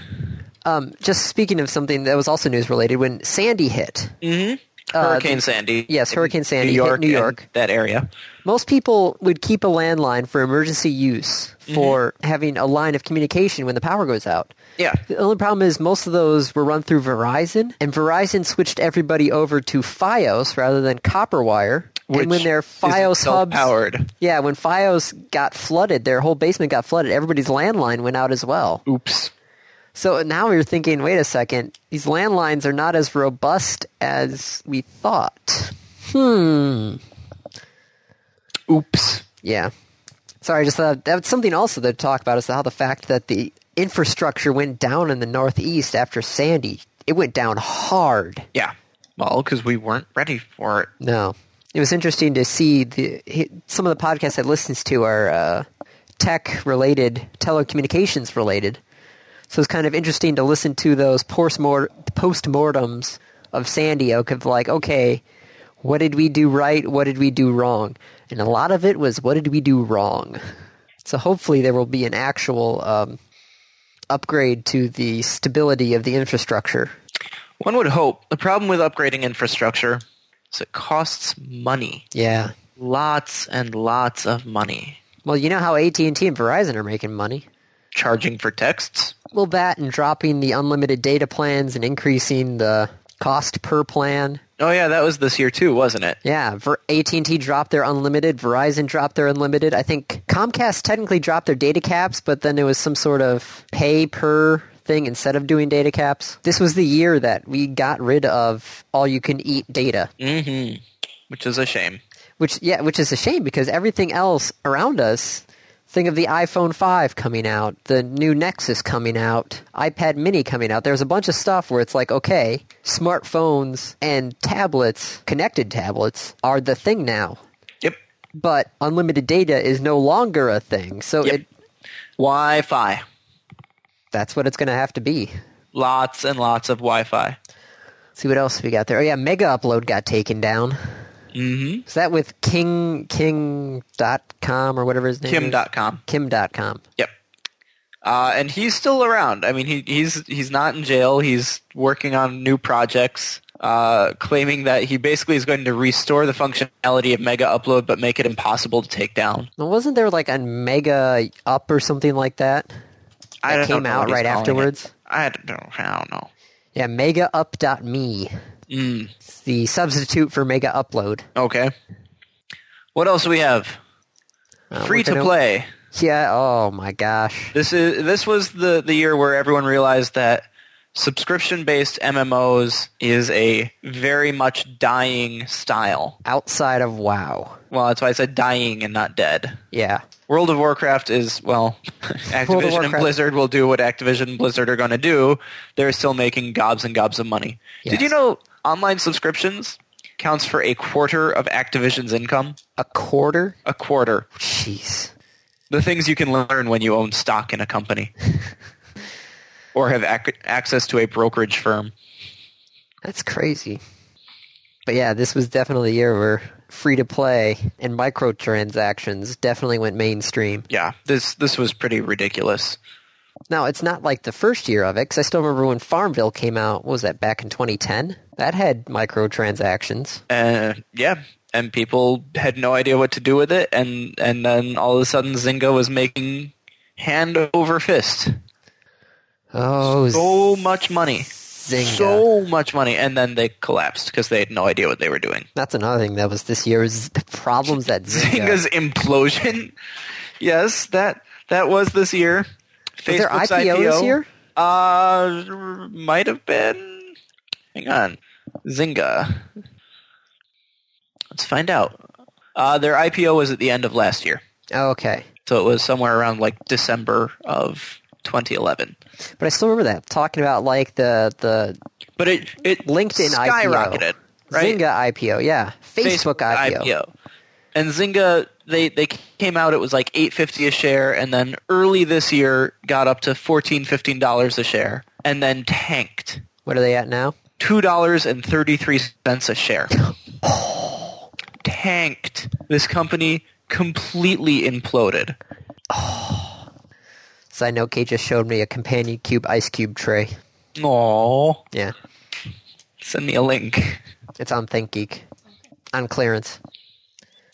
Speaker 1: Um, just speaking of something that was also news related, when Sandy hit, uh,
Speaker 2: Hurricane
Speaker 1: the-
Speaker 2: Sandy.
Speaker 1: yes,
Speaker 2: in
Speaker 1: Hurricane Sandy
Speaker 2: New
Speaker 1: hit
Speaker 2: York.
Speaker 1: New
Speaker 2: and
Speaker 1: York.
Speaker 2: That area.
Speaker 1: most people would keep a landline for emergency use
Speaker 2: Mm-hmm.
Speaker 1: for having a line of communication when the power goes out.
Speaker 2: Yeah.
Speaker 1: The only problem is most of those were run through Verizon, and Verizon switched everybody over to Fios rather than copper wire.
Speaker 2: Which
Speaker 1: and when their
Speaker 2: is
Speaker 1: Fios hubs,
Speaker 2: self-powered.
Speaker 1: yeah, when Fios got flooded, their whole basement got flooded. Everybody's landline went out as well.
Speaker 2: Oops.
Speaker 1: So now you're thinking, wait a second, these landlines are not as robust as we thought. Hmm.
Speaker 2: Oops.
Speaker 1: Yeah. Sorry, I just thought that's something also to talk about is how the fact that the infrastructure went down in the Northeast after Sandy. It went down hard.
Speaker 2: Yeah. Well, because we weren't ready for it.
Speaker 1: No, it was interesting to see the he- some of the podcasts I listens to are uh, tech related, telecommunications related. So it's kind of interesting to listen to those post mortems of Sandy Oak of like, okay, what did we do right? What did we do wrong? And a lot of it was what did we do wrong. So hopefully there will be an actual um, upgrade to the stability of the infrastructure.
Speaker 2: One would hope. The problem with upgrading infrastructure is it costs money.
Speaker 1: Yeah.
Speaker 2: Lots and lots of money.
Speaker 1: Well, you know how AT and T and Verizon are making money.
Speaker 2: Charging for texts?
Speaker 1: Well, that and dropping the unlimited data plans and increasing the cost per plan.
Speaker 2: Oh, yeah, that was this year too, wasn't it?
Speaker 1: Yeah, Ver- AT&T dropped their unlimited, Verizon dropped their unlimited. I think Comcast technically dropped their data caps, but then it was some sort of pay per thing instead of doing data caps. This was the year that we got rid of all you can eat data,
Speaker 2: Mm hmm. Which is a shame.
Speaker 1: which yeah, which is a shame because everything else around us Think of the iPhone 5 coming out, the new Nexus coming out, iPad mini coming out. There's a bunch of stuff where it's like, okay, smartphones and tablets, connected tablets, are the thing now.
Speaker 2: Yep.
Speaker 1: But unlimited data is no longer a thing. So
Speaker 2: Yep.
Speaker 1: it
Speaker 2: Wi Fi.
Speaker 1: that's what it's going to have to be.
Speaker 2: Lots and lots of Wi Fi.
Speaker 1: See what else we got there. Oh yeah, Mega Upload got taken down.
Speaker 2: Mm
Speaker 1: Is that with King King dot com or whatever his
Speaker 2: hmm.
Speaker 1: name is?
Speaker 2: Kim.com.
Speaker 1: Kim dot com.
Speaker 2: Yep. Uh, and he's still around. I mean, he, he's he's not in jail. He's working on new projects, uh, claiming that he basically is going to restore the functionality of Mega Upload, but make it impossible to take down.
Speaker 1: Well, Wasn't there like a Mega Up or something like that?
Speaker 2: I
Speaker 1: That
Speaker 2: don't
Speaker 1: came
Speaker 2: know
Speaker 1: out
Speaker 2: what he's
Speaker 1: right
Speaker 2: calling
Speaker 1: afterwards?
Speaker 2: it. I don't know. I don't know.
Speaker 1: Yeah, megaup.me.
Speaker 2: Mm,
Speaker 1: It's the substitute for mega upload.
Speaker 2: okay. What else do we have?
Speaker 1: Uh,
Speaker 2: Free
Speaker 1: we're
Speaker 2: to
Speaker 1: gonna-
Speaker 2: play.
Speaker 1: Yeah, oh my gosh.
Speaker 2: This is this was the the year where everyone realized that subscription based MMOs is a very much dying style.
Speaker 1: Outside of WoW.
Speaker 2: Well, that's why I said dying and not dead.
Speaker 1: Yeah.
Speaker 2: World of Warcraft is well, <laughs> Activision and
Speaker 1: Warcraft.
Speaker 2: Blizzard will do what Activision and Blizzard are going to do. They're still making gobs and gobs of money. Did
Speaker 1: Yes.
Speaker 2: you know online subscriptions counts for a quarter of Activision's income?
Speaker 1: A quarter?
Speaker 2: A quarter.
Speaker 1: Jeez.
Speaker 2: The things you can learn when you own stock in
Speaker 1: <laughs>
Speaker 2: a company or have ac- access to a brokerage firm.
Speaker 1: That's crazy. But yeah, this was definitely the year where free to play and microtransactions definitely went mainstream.
Speaker 2: Yeah, this this was pretty ridiculous.
Speaker 1: Now, it's not like the first year of it, because I still remember when Farmville came out. What was that, back in 2010? That had microtransactions.
Speaker 2: uh, yeah, and people had no idea what to do with it, and and then all of a sudden Zynga was making hand over fist
Speaker 1: Oh,
Speaker 2: so much money,
Speaker 1: Zynga.
Speaker 2: so much money, and then they collapsed because they had no idea what they were doing.
Speaker 1: That's another thing that was this year is the problems that Zynga.
Speaker 2: Zynga's implosion, <laughs> yes, that that was this year.
Speaker 1: was there
Speaker 2: Facebook's
Speaker 1: IPO, this year?
Speaker 2: Uh, might have been. Hang on. Zynga. Let's find out. Uh, their IPO was at the end of last year.
Speaker 1: Oh, okay.
Speaker 2: So it was somewhere around like December of 2011.
Speaker 1: But I still remember that talking about like the the
Speaker 2: But it it
Speaker 1: LinkedIn
Speaker 2: skyrocketed,
Speaker 1: IPO,
Speaker 2: right?
Speaker 1: Zynga IPO, yeah, Facebook, IPO.
Speaker 2: And Zynga they they came out it was like 8.50 a share and then early this year got up to 14 15 dollars a share and then tanked.
Speaker 1: What are they at now?
Speaker 2: $2.33
Speaker 1: <gasps>
Speaker 2: a share. Tanked. This company completely imploded.
Speaker 1: Side note: Kate just showed me a companion cube ice cube tray.
Speaker 2: Aww.
Speaker 1: Yeah,
Speaker 2: Send me a link.
Speaker 1: it's on ThinkGeek on clearance.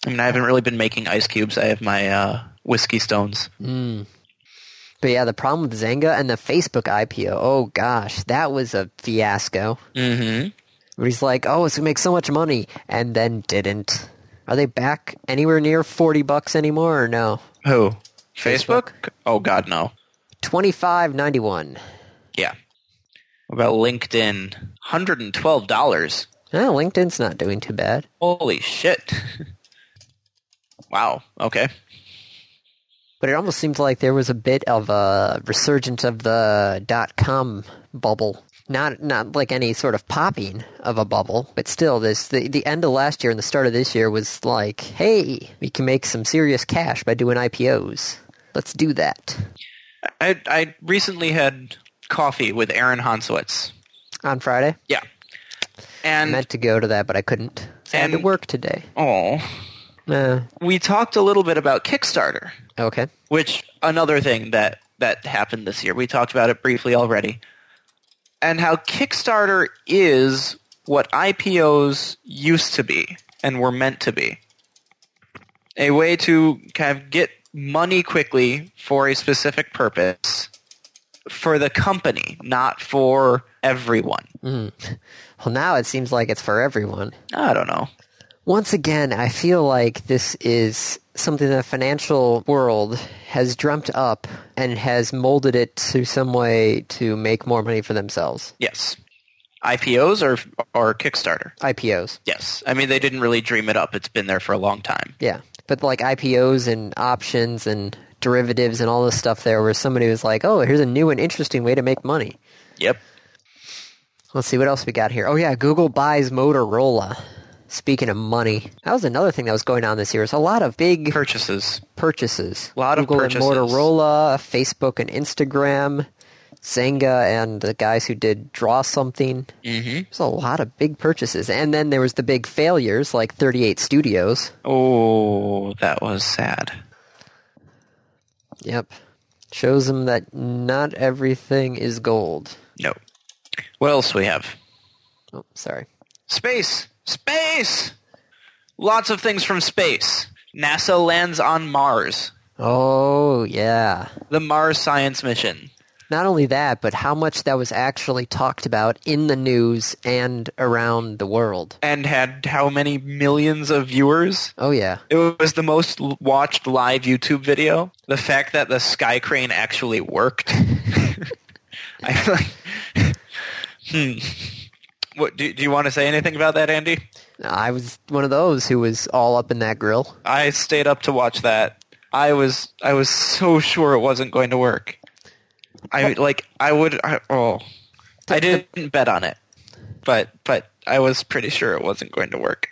Speaker 2: I mean, I haven't really been making ice cubes. I have my uh, whiskey stones.
Speaker 1: But yeah, the problem with Zynga and the Facebook IPO. Oh gosh, that was a fiasco.
Speaker 2: Mm-hmm.
Speaker 1: Where he's like, "Oh, it's gonna make so much money," and then didn't. Are they back anywhere near forty bucks anymore or no?
Speaker 2: Who? Facebook? Oh God, no.
Speaker 1: Twenty five ninety one.
Speaker 2: Yeah. What about LinkedIn? $112.
Speaker 1: Ah, LinkedIn's not doing too bad.
Speaker 2: Holy shit. <laughs> wow. Okay.
Speaker 1: But it almost seems like there was a bit of a resurgence of the dot com bubble. Not not like any sort of popping of a bubble, but still this the, the end of last year and the start of this year was like, hey, we can make some serious cash by doing IPOs. Let's do that.
Speaker 2: I, I recently had coffee with Aaron Hansowitz.
Speaker 1: On Friday.
Speaker 2: Yeah.
Speaker 1: I
Speaker 2: And,
Speaker 1: meant to go to that but I couldn't. So I had to
Speaker 2: And-
Speaker 1: work today.
Speaker 2: oh,
Speaker 1: Uh,
Speaker 2: we talked a little bit about Kickstarter.
Speaker 1: okay.
Speaker 2: which another thing that that happened this year. We talked about it briefly already. And how Kickstarter is what IPOs used to be and were meant to be. A way to kind of get money quickly for a specific purpose for the company, not for everyone.
Speaker 1: Mm. Well, now it seems like it's for everyone.
Speaker 2: I don't know.
Speaker 1: Once again, I feel like this is something the financial world has dreamt up and has molded it to some way to make more money for themselves.
Speaker 2: Yes. IPOs or or Kickstarter.
Speaker 1: IPOs.
Speaker 2: Yes. I mean they didn't really dream it up. It's been there for a long time.
Speaker 1: Yeah. But like IPOs and options and derivatives and all this stuff there where somebody was like, oh, here's a new and interesting way to make money.
Speaker 2: Yep.
Speaker 1: Let's see what else we got here. Oh yeah, Google buys Motorola. Speaking of money, that was another thing that was going on this year. It's a lot of big
Speaker 2: Purchases.
Speaker 1: purchases.
Speaker 2: Lot of
Speaker 1: Google
Speaker 2: purchases.
Speaker 1: and Motorola, Facebook and Instagram, Zynga and the guys who did Draw Something.
Speaker 2: Mm-hmm.
Speaker 1: There's a lot of big purchases, and then there was the big failures like 38 Studios.
Speaker 2: Oh, that was sad.
Speaker 1: Yep, shows them that not everything is gold.
Speaker 2: No. What else we have?
Speaker 1: Oh, sorry.
Speaker 2: Space. Space. Lots of things from space. NASA lands on Mars.
Speaker 1: Oh yeah.
Speaker 2: The Mars science mission.
Speaker 1: Not only that, but how much that was actually talked about in the news and around the world.
Speaker 2: And had how many millions of viewers?
Speaker 1: Oh yeah.
Speaker 2: It was the most l- watched live YouTube video. The fact that the sky crane actually worked. <laughs> I feel like. hmm. What, do, do you want to say anything about that, Andy?
Speaker 1: I was one of those who was all up in that grill.
Speaker 2: I stayed up to watch that. I was I was so sure it wasn't going to work. I like I would I, oh I didn't bet on it, but but I was pretty sure it wasn't going to work.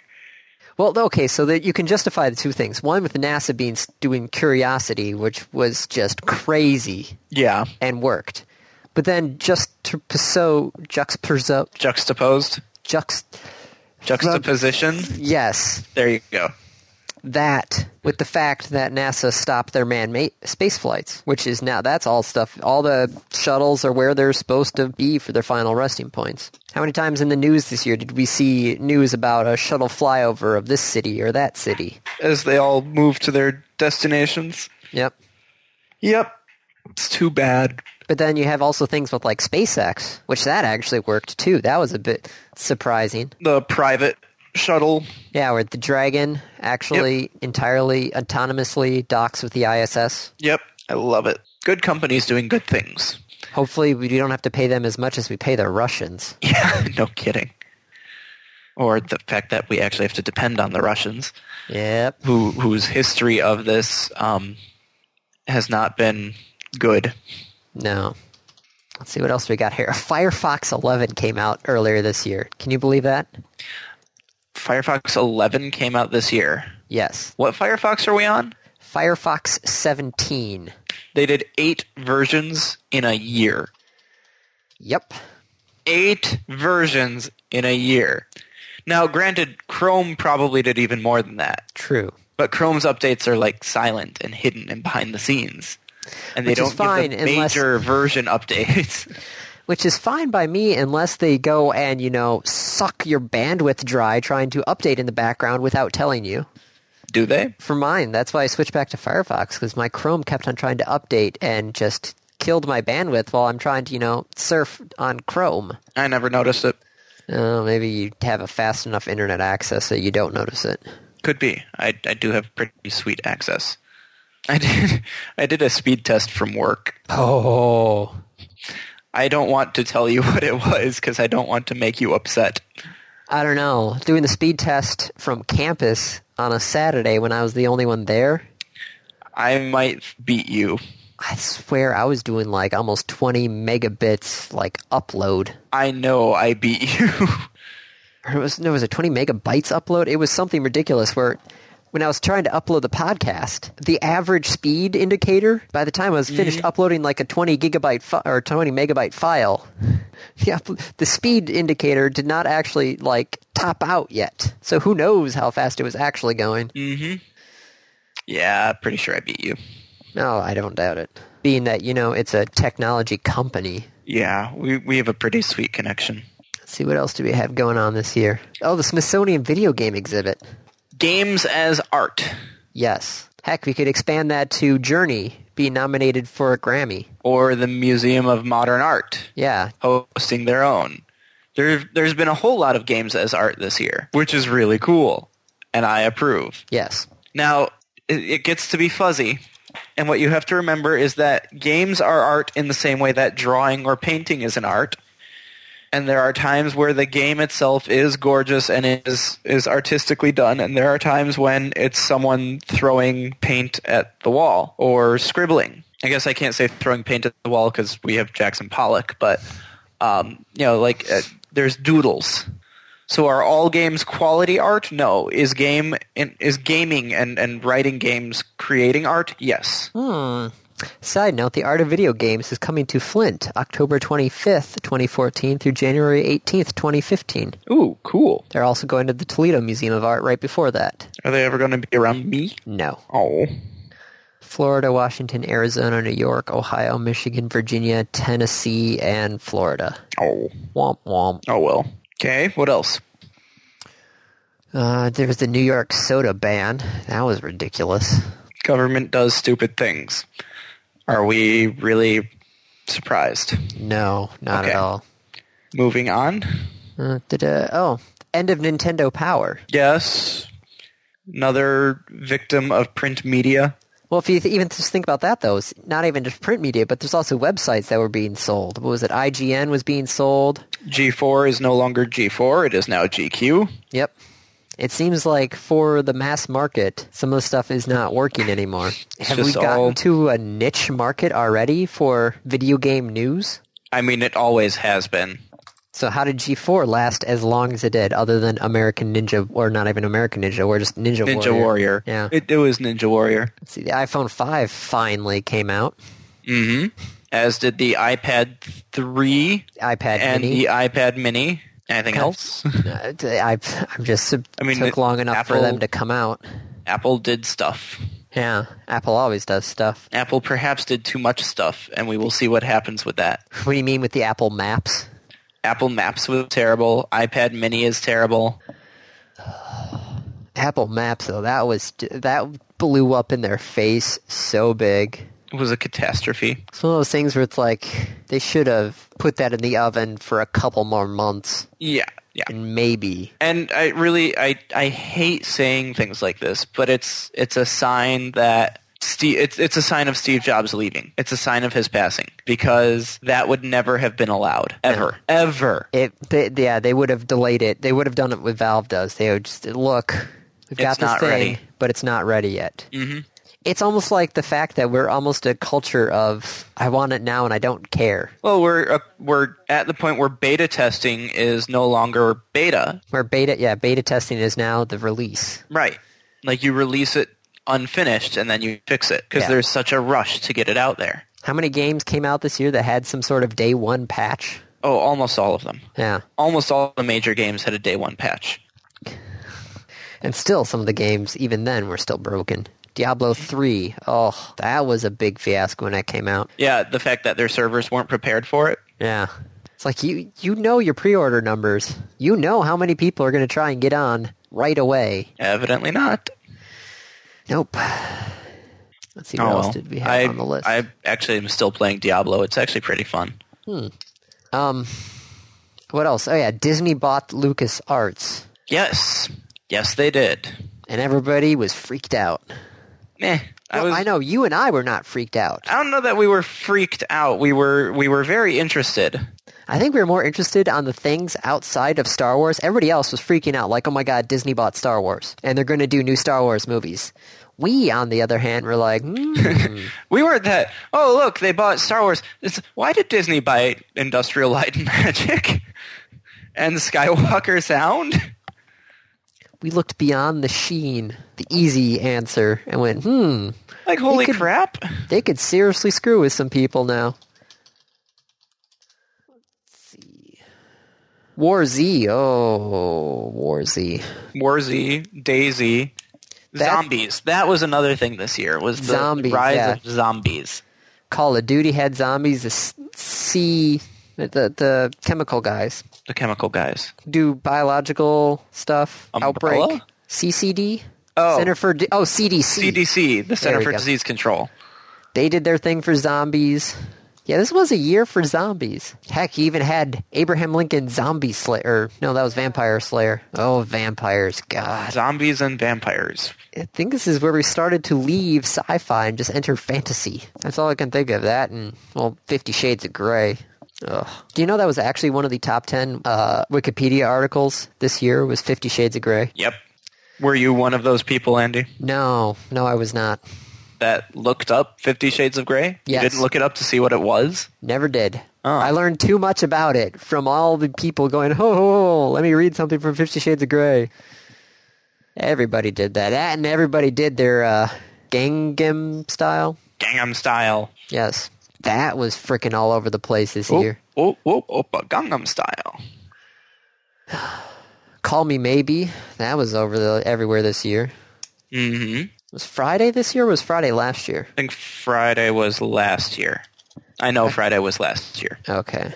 Speaker 1: Well, okay, so that you can justify the two things. One with NASA being doing Curiosity, which was just crazy
Speaker 2: Yeah,
Speaker 1: and worked. But then just to so juxtapose
Speaker 2: juxtaposed
Speaker 1: juxt
Speaker 2: juxtaposition.
Speaker 1: yes
Speaker 2: There you go.
Speaker 1: that with the fact that NASA stopped their man-made space flights, which is now that's all stuff. All the shuttles are where they're supposed to be for their final resting points. How many times in the news this year did we see news about a shuttle flyover of this city or that city?
Speaker 2: As they all move to their destinations.
Speaker 1: Yep.
Speaker 2: Yep. It's too bad.
Speaker 1: But then you have also things with like SpaceX, which that actually worked too. That was a bit surprising.
Speaker 2: The private shuttle.
Speaker 1: Yeah, where the Dragon actually entirely autonomously docks with the ISS.
Speaker 2: Yep. I love it. Good companies doing good things.
Speaker 1: Hopefully, we don't have to pay them as much as we pay the Russians.
Speaker 2: <laughs> Yeah, no kidding. Or the fact that we actually have to depend on the Russians,
Speaker 1: Yep.
Speaker 2: who whose history of this um, has not been good.
Speaker 1: No. Let's see what else we got here. <laughs> Firefox 11 came out earlier this year. Can you believe that?
Speaker 2: Firefox 11 came out this year.
Speaker 1: Yes.
Speaker 2: What Firefox are we on?
Speaker 1: Firefox 17.
Speaker 2: They did eight versions in a year.
Speaker 1: Yep.
Speaker 2: Eight versions in a year. Now, granted, Chrome probably did even more than that,
Speaker 1: True.
Speaker 2: but Chrome's updates are like silent and hidden and behind the scenes, and they
Speaker 1: Which is
Speaker 2: don't
Speaker 1: fine
Speaker 2: give the
Speaker 1: unless-
Speaker 2: major version updates. <laughs>
Speaker 1: Which is fine by me unless they go and, you know, suck your bandwidth dry trying to update in the background without telling you.
Speaker 2: Do they?
Speaker 1: For mine, that's why I switched back to Firefox because my Chrome kept on trying to update and just killed my bandwidth while I'm trying to, you know, surf on Chrome.
Speaker 2: I never noticed it.
Speaker 1: Oh, maybe you have a fast enough internet access that you don't notice it.
Speaker 2: Could be. I, I do have pretty sweet access. <laughs> I did I did a speed test from work.
Speaker 1: Oh.
Speaker 2: I don't want to tell you <laughs> what it was because I don't want to make you upset.
Speaker 1: I don't know. Doing the speed test from campus on a Saturday when I was the only one there,
Speaker 2: I might beat you.
Speaker 1: I swear I was doing like almost 20 megabits like upload.
Speaker 2: I know I beat <laughs> you.
Speaker 1: Or It was, no, was it 20 megabytes upload? It was something ridiculous where when I was trying to upload the podcast, the average speed indicator, by the time I was finished uploading like a 20 gigabyte fi- or 20 megabyte file, <laughs> the, upl the speed indicator did not actually like top out yet. So who knows how fast it was actually going.
Speaker 2: yeah, pretty sure I beat you.
Speaker 1: No, I don't doubt it. Being that, you know, it's a technology company.
Speaker 2: Yeah, we we have a pretty sweet connection.
Speaker 1: Let's see what else do we have going on this year? Oh, the Smithsonian video game exhibit.
Speaker 2: Games as art
Speaker 1: Yes. Heck, we could expand that to Journey being nominated for a Grammy.
Speaker 2: or the Museum of Modern Art
Speaker 1: Yeah.
Speaker 2: hosting their own. There there's been a whole lot of games as art this year, which is really cool and I approve.
Speaker 1: Yes.
Speaker 2: Now, it, it gets to be fuzzy. And what you have to remember is that games are art in the same way that drawing or painting is an art. And there are times where the game itself is gorgeous and is is artistically done, and there are times when it's someone throwing paint at the wall or scribbling. I guess I can't say throwing paint at the wall because we have Jackson Pollock, but um, you know, like uh, there's doodles. So are all games quality art? No. Is game is gaming and, and writing games creating art? Yes.
Speaker 1: Hmm. Side note, The Art of Video Games is coming to Flint October 25th, 2014 through January 18th, 2015.
Speaker 2: Ooh, cool.
Speaker 1: They're also going to the Toledo Museum of Art right before that.
Speaker 2: Are they ever going to be around me?
Speaker 1: No.
Speaker 2: Oh.
Speaker 1: Florida, Washington, Arizona, New York, Ohio, Michigan, Virginia, Tennessee, and Florida.
Speaker 2: Oh.
Speaker 1: Womp womp.
Speaker 2: Oh well. Okay, what else?
Speaker 1: Uh, there was the New York soda ban. That was ridiculous.
Speaker 2: Government does stupid things. Are we really surprised?
Speaker 1: No, not
Speaker 2: Okay.
Speaker 1: at all.
Speaker 2: Moving on.
Speaker 1: Uh, da-da. Oh, end of Nintendo Power.
Speaker 2: Yes. Another victim of print media.
Speaker 1: Well, if you th- even just think about that, though, it's not even just print media, but there's also websites that were being sold. What was it? IGN was being sold.
Speaker 2: G4 is no longer G4, it is now GQ.
Speaker 1: Yep. It seems like for the mass market, some of the stuff is not working anymore. Have we
Speaker 2: just
Speaker 1: gotten
Speaker 2: all-
Speaker 1: to a niche market already for video game news?
Speaker 2: I mean, it always has been.
Speaker 1: So how did G4 last as long as it did, other than American Ninja, or not even American Ninja, or just Ninja,
Speaker 2: Ninja Warrior.
Speaker 1: Yeah.
Speaker 2: It, it was Ninja Warrior.
Speaker 1: Let's see, the iPhone 5 finally came out.
Speaker 2: Mm-hmm. As did the iPad 3
Speaker 1: iPad
Speaker 2: and
Speaker 1: Mini.
Speaker 2: the iPad Mini. Anything else?
Speaker 1: Uh, I, I'm just it
Speaker 2: I mean,
Speaker 1: took long enough for
Speaker 2: Apple-
Speaker 1: them to come out.
Speaker 2: <laughs> Apple did stuff.
Speaker 1: Yeah, Apple always does stuff.
Speaker 2: Apple perhaps did too much stuff, and we will see what happens with that.
Speaker 1: What do you mean with the Apple Maps?
Speaker 2: Apple Maps was terrible. iPad Mini is terrible.
Speaker 1: Apple Maps though, that was that blew up in their face so big.
Speaker 2: It was a catastrophe.
Speaker 1: It's one of those things where it's like they should have put that in the oven for a couple more months
Speaker 2: Yeah, yeah.
Speaker 1: and maybe.
Speaker 2: and I really I I hate saying things like this, but it's it's a sign that Steve it's it's a sign of Steve Jobs leaving. It's a sign of his passing because that would never have been allowed ever ever.
Speaker 1: It they, yeah, they would have delayed it. They would have done it what Valve does. They would just look, we've got
Speaker 2: It's
Speaker 1: this
Speaker 2: not
Speaker 1: thing,
Speaker 2: ready.
Speaker 1: but it's not ready yet. Mm-hmm. It's almost like the fact that we're almost a culture of I want it now and I don't care.
Speaker 2: Well, we're uh, we're at the point where beta testing is no longer beta,
Speaker 1: Where beta, yeah, beta testing is now the release.
Speaker 2: right? Like you release it unfinished and then you fix it because
Speaker 1: Yeah.
Speaker 2: there's such a rush to get it out there.
Speaker 1: How many games came out this year that had some sort of day one patch?
Speaker 2: Oh, almost all of them.
Speaker 1: Yeah,
Speaker 2: Almost all the major games had a day one patch.
Speaker 1: and still some of the games even then were still broken. Diablo three, oh, that was a big fiasco when that came out.
Speaker 2: Yeah, the fact that their servers weren't prepared for it.
Speaker 1: Yeah. It's like you you know your pre-order numbers. You know how many people are going to try and get on right away.
Speaker 2: Evidently not.
Speaker 1: Nope. Let's see what else
Speaker 2: Oh, well.
Speaker 1: did we have
Speaker 2: I,
Speaker 1: on the list.
Speaker 2: I actually am still playing Diablo. It's actually pretty fun.
Speaker 1: um what else? Oh yeah, Disney bought Lucas Arts
Speaker 2: Yes. Yes, they did.
Speaker 1: and everybody was freaked out.
Speaker 2: Meh. I
Speaker 1: Well,
Speaker 2: was
Speaker 1: I know you and I were not freaked out.
Speaker 2: I don't know that we were freaked out. We were we were very interested.
Speaker 1: I think we were more interested on the things outside of Star Wars. Everybody else was freaking out, like, oh my god, Disney bought Star Wars, and they're going to do new Star Wars movies. We, on the other hand, were like, hmm,
Speaker 2: We weren't that. Oh, look, they bought Star Wars. It's, why did Disney buy Industrial Light and <laughs> Magic and Skywalker Sound?
Speaker 1: we looked beyond the sheen, the easy answer, and went, hmm,
Speaker 2: Like, holy
Speaker 1: could-
Speaker 2: crap!
Speaker 1: they could seriously screw with some people now. Let's see. War Z. Oh, War Z.
Speaker 2: Warzy, Daisy,
Speaker 1: That-
Speaker 2: zombies. That was another thing this year. Was the
Speaker 1: Zombies,
Speaker 2: rise
Speaker 1: yeah.
Speaker 2: of zombies?
Speaker 1: Call of Duty had zombies. The s- C, the the chemical guys
Speaker 2: The chemical guys.
Speaker 1: do biological stuff. Outbreak.
Speaker 2: Umbrella?
Speaker 1: CCD.
Speaker 2: Oh.
Speaker 1: Center for D- oh CDC.
Speaker 2: CDC, the Center
Speaker 1: we
Speaker 2: for
Speaker 1: go.
Speaker 2: Disease Control.
Speaker 1: They did their thing for zombies. Yeah, this was a year for zombies. Heck, he even had Abraham Lincoln zombie slayer. No, that was vampire slayer. Oh, vampires! God,
Speaker 2: Zombies and vampires.
Speaker 1: I think this is where we started to leave sci-fi and just enter fantasy. That's all I can think of. That and well, Fifty Shades of Grey. Ugh. Do you know that was actually one of the top ten uh, Wikipedia articles this year? Was Fifty Shades of Grey?
Speaker 2: Yep. Were you one of those people, Andy,
Speaker 1: No, no, I was not.
Speaker 2: that looked up Fifty Shades of Grey?
Speaker 1: Yes.
Speaker 2: You didn't look it up to see what it was?
Speaker 1: Never did.
Speaker 2: Oh.
Speaker 1: I learned too much about it from all the people going, oh, oh, oh, let me read something from Fifty Shades of Grey. Everybody did that. That and everybody did their uh, Gangnam style.
Speaker 2: Gangnam Style.
Speaker 1: Yes. That was freaking all over the place this
Speaker 2: Oh,
Speaker 1: year.
Speaker 2: oh, oh, oh, but Gangnam Style.
Speaker 1: Call Me Maybe. That was over the everywhere this year.
Speaker 2: hmm
Speaker 1: Was Friday this year or was Friday last year?
Speaker 2: I think Friday was last year. I know Friday was last year.
Speaker 1: Okay.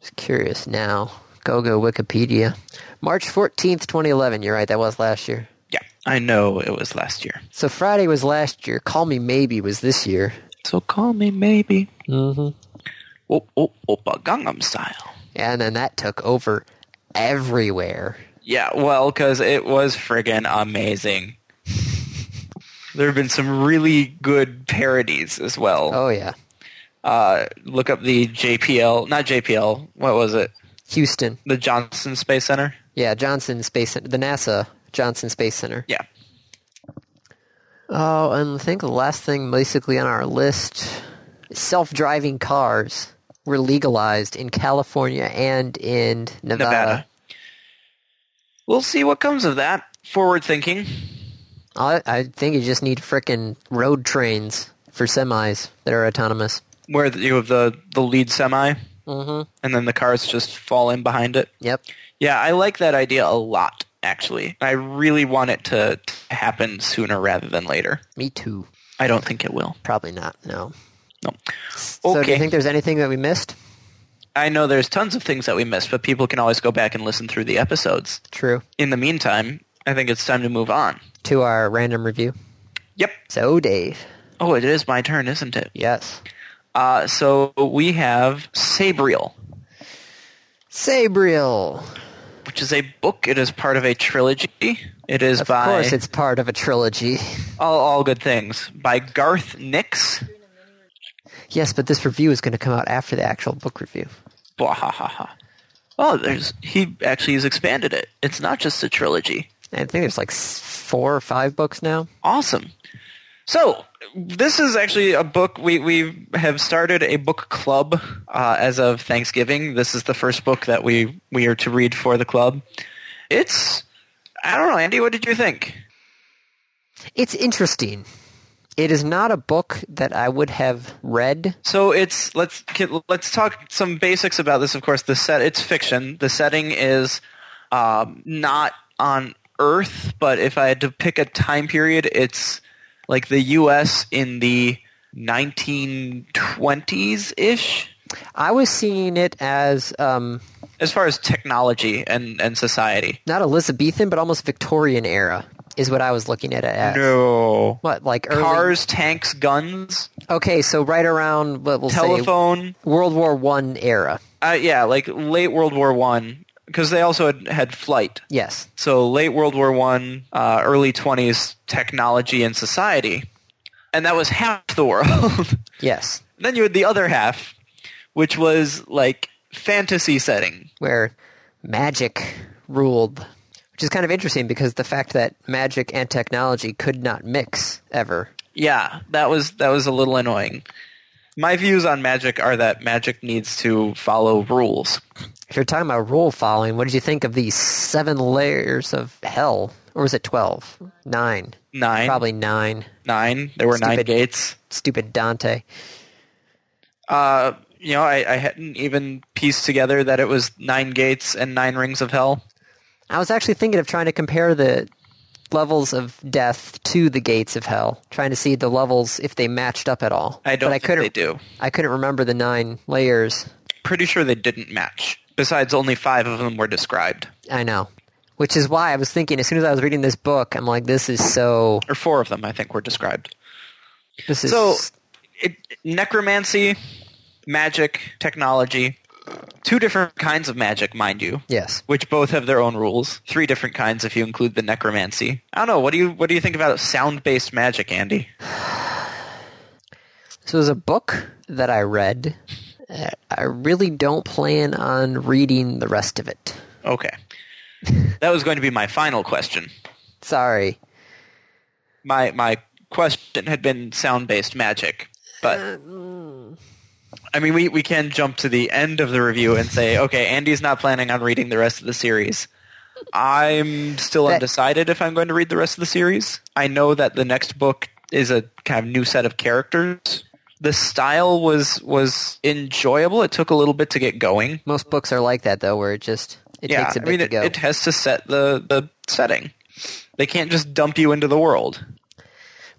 Speaker 1: Just curious now. Go go Wikipedia. March 14th, 2011. You're right, that was last year.
Speaker 2: Yeah, I know it was last year.
Speaker 1: So Friday was last year. Call Me Maybe was this year.
Speaker 2: So call me maybe.
Speaker 1: Mm-hmm.
Speaker 2: Oh, oh, Opa Gangnam Style.
Speaker 1: And then that took over everywhere.
Speaker 2: Yeah, well, because it was friggin' amazing. There have been some really good parodies as well.
Speaker 1: Oh, yeah.
Speaker 2: Uh, look up the JPL, not JPL, what was it?
Speaker 1: Houston.
Speaker 2: The Johnson Space Center?
Speaker 1: Yeah, Johnson Space Center. The NASA Johnson Space Center.
Speaker 2: Yeah.
Speaker 1: Oh, and I think the last thing basically on our list self driving cars were legalized in California and in Nevada.
Speaker 2: Nevada. We'll see what comes of that. Forward thinking.
Speaker 1: I, I think you just need frickin' road trains for semis that are autonomous.
Speaker 2: Where you have the, the lead semi,
Speaker 1: Mm-hmm.
Speaker 2: and then the cars just fall in behind it.
Speaker 1: Yep.
Speaker 2: Yeah, I like that idea a lot, actually. I really want it to to happen sooner rather than later.
Speaker 1: Me too.
Speaker 2: I don't think it will.
Speaker 1: Probably not, no.
Speaker 2: No.
Speaker 1: So do you
Speaker 2: Okay.
Speaker 1: think there's anything that we missed?
Speaker 2: I know there's tons of things that we missed, but people can always go back and listen through the episodes.
Speaker 1: True.
Speaker 2: In the meantime, I think it's time to move on.
Speaker 1: To our random review.
Speaker 2: Yep.
Speaker 1: So, Dave.
Speaker 2: Oh, it is my turn, isn't it?
Speaker 1: Yes.
Speaker 2: Uh, so we have Sabriel,
Speaker 1: Sabriel.
Speaker 2: which is a book. It is part of a trilogy. It is
Speaker 1: Of
Speaker 2: by
Speaker 1: course, it's part of a trilogy. <laughs>
Speaker 2: all, all Good Things by Garth Nix.
Speaker 1: Yes, but this review is going to come out after the actual book review.
Speaker 2: Blah, ha, ha, ha. Oh, there's he actually has expanded it. It's not just a trilogy.
Speaker 1: I think there's like s- four or five books now.
Speaker 2: Awesome. So this is actually a book we we have started a book club uh, as of Thanksgiving. This is the first book that we we are to read for the club. It's I don't know, Andy. What did you think?
Speaker 1: It's interesting. It is not a book that I would have read.
Speaker 2: So it's let's ki- let's talk some basics about this. Of course, the set it's fiction. The setting is um, not on Earth, but if I had to pick a time period, it's like the U.S. in the 1920s ish,
Speaker 1: I was seeing it as um,
Speaker 2: as far as technology and and society.
Speaker 1: not Elizabethan, but almost Victorian era, is what I was looking at it as.
Speaker 2: No.
Speaker 1: What, like early?
Speaker 2: Cars, tanks, guns,
Speaker 1: Okay, so right around, what we'll say,
Speaker 2: telephone.
Speaker 1: World War One era.
Speaker 2: Uh, yeah, like late World War One, because they also had, had flight.
Speaker 1: Yes.
Speaker 2: So late World War One, uh, early twenties technology and society. and that was half the world. <laughs>
Speaker 1: Yes.
Speaker 2: then you had the other half, which was like fantasy setting.
Speaker 1: where magic ruled, which is kind of interesting because the fact that magic and technology could not mix ever.
Speaker 2: Yeah, that was that was a little annoying. My views on magic are that magic needs to follow rules.
Speaker 1: If you're talking about rule following, what did you think of these seven layers of hell? Or was it 12? Nine.
Speaker 2: Nine,
Speaker 1: Probably nine.
Speaker 2: nine. There were nine
Speaker 1: Stupid.
Speaker 2: gates.
Speaker 1: Stupid Dante.
Speaker 2: Uh, you know, I, I hadn't even pieced together that it was nine gates and nine rings of hell.
Speaker 1: I was actually thinking of trying to compare the levels of death to the gates of hell, trying to see the levels if they matched up at all.
Speaker 2: I don't
Speaker 1: but I
Speaker 2: think
Speaker 1: couldn't,
Speaker 2: they do.
Speaker 1: I couldn't remember the nine layers.
Speaker 2: Pretty sure they didn't match. Besides, only five of them were described,
Speaker 1: I know. Which is why I was thinking as soon as I was reading this book, I'm like, this is so.
Speaker 2: or four of them, I think, were described.
Speaker 1: This is
Speaker 2: So, it, necromancy, magic, technology, two different kinds of magic, mind you,
Speaker 1: yes.
Speaker 2: which both have their own rules. Three different kinds if you include the necromancy. I don't know. What do you what do you think about sound-based magic, Andy?
Speaker 1: So there's a book that I read. Uh, I really don't plan on reading the rest of it.
Speaker 2: Okay, that was going to be my final question.
Speaker 1: Sorry.
Speaker 2: My my question had been sound-based magic,
Speaker 1: Uh,
Speaker 2: but.
Speaker 1: mm.
Speaker 2: I mean, we, we can jump to the end of the review and say, okay, Andy's not planning on reading the rest of the series. I'm still
Speaker 1: That-
Speaker 2: undecided if I'm going to read the rest of the series. I know that the next book is a kind of new set of characters. The style was was enjoyable. It took a little bit to get going.
Speaker 1: Most books are like that, though, where it just it
Speaker 2: yeah,
Speaker 1: takes a
Speaker 2: I
Speaker 1: bit
Speaker 2: mean,
Speaker 1: to
Speaker 2: it,
Speaker 1: go.
Speaker 2: it has to set the the setting. They can't just dump you into the world.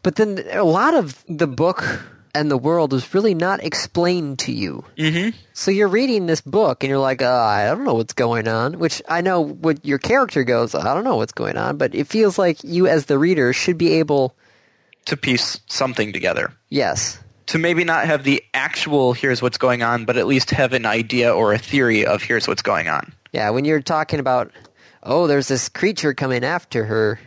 Speaker 1: but then a lot of the book and the world is really not explained to you.
Speaker 2: Mm-hmm.
Speaker 1: So you're reading this book and you're like, uh, I don't know what's going on. Which I know what your character goes, I don't know what's going on, but it feels like you as the reader should be able,
Speaker 2: To piece something together.
Speaker 1: yes,
Speaker 2: to maybe not have the actual here's what's going on, but at least have an idea or a theory of here's what's going on.
Speaker 1: yeah. When you're talking about, oh, there's this creature coming after her.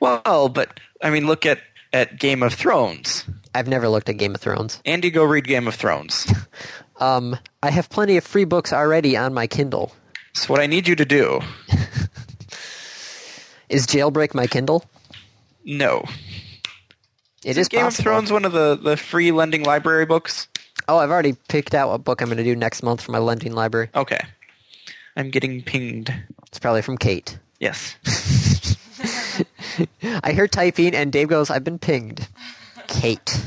Speaker 2: Well, but I mean, look at, at Game of Thrones.
Speaker 1: I've never looked at Game of Thrones.
Speaker 2: Andy, go read Game of Thrones.
Speaker 1: Um, I have plenty of free books already on my Kindle.
Speaker 2: so what I need you to do,
Speaker 1: Is Jailbreak my Kindle?
Speaker 2: no.
Speaker 1: It is
Speaker 2: Game
Speaker 1: possible.
Speaker 2: of Thrones one of the, the free lending library books?
Speaker 1: Oh, I've already picked out what book I'm going to do next month for my lending library.
Speaker 2: Okay. I'm getting pinged.
Speaker 1: It's probably from Kate.
Speaker 2: Yes.
Speaker 1: I hear typing, and Dave goes, "I've been pinged." Kate.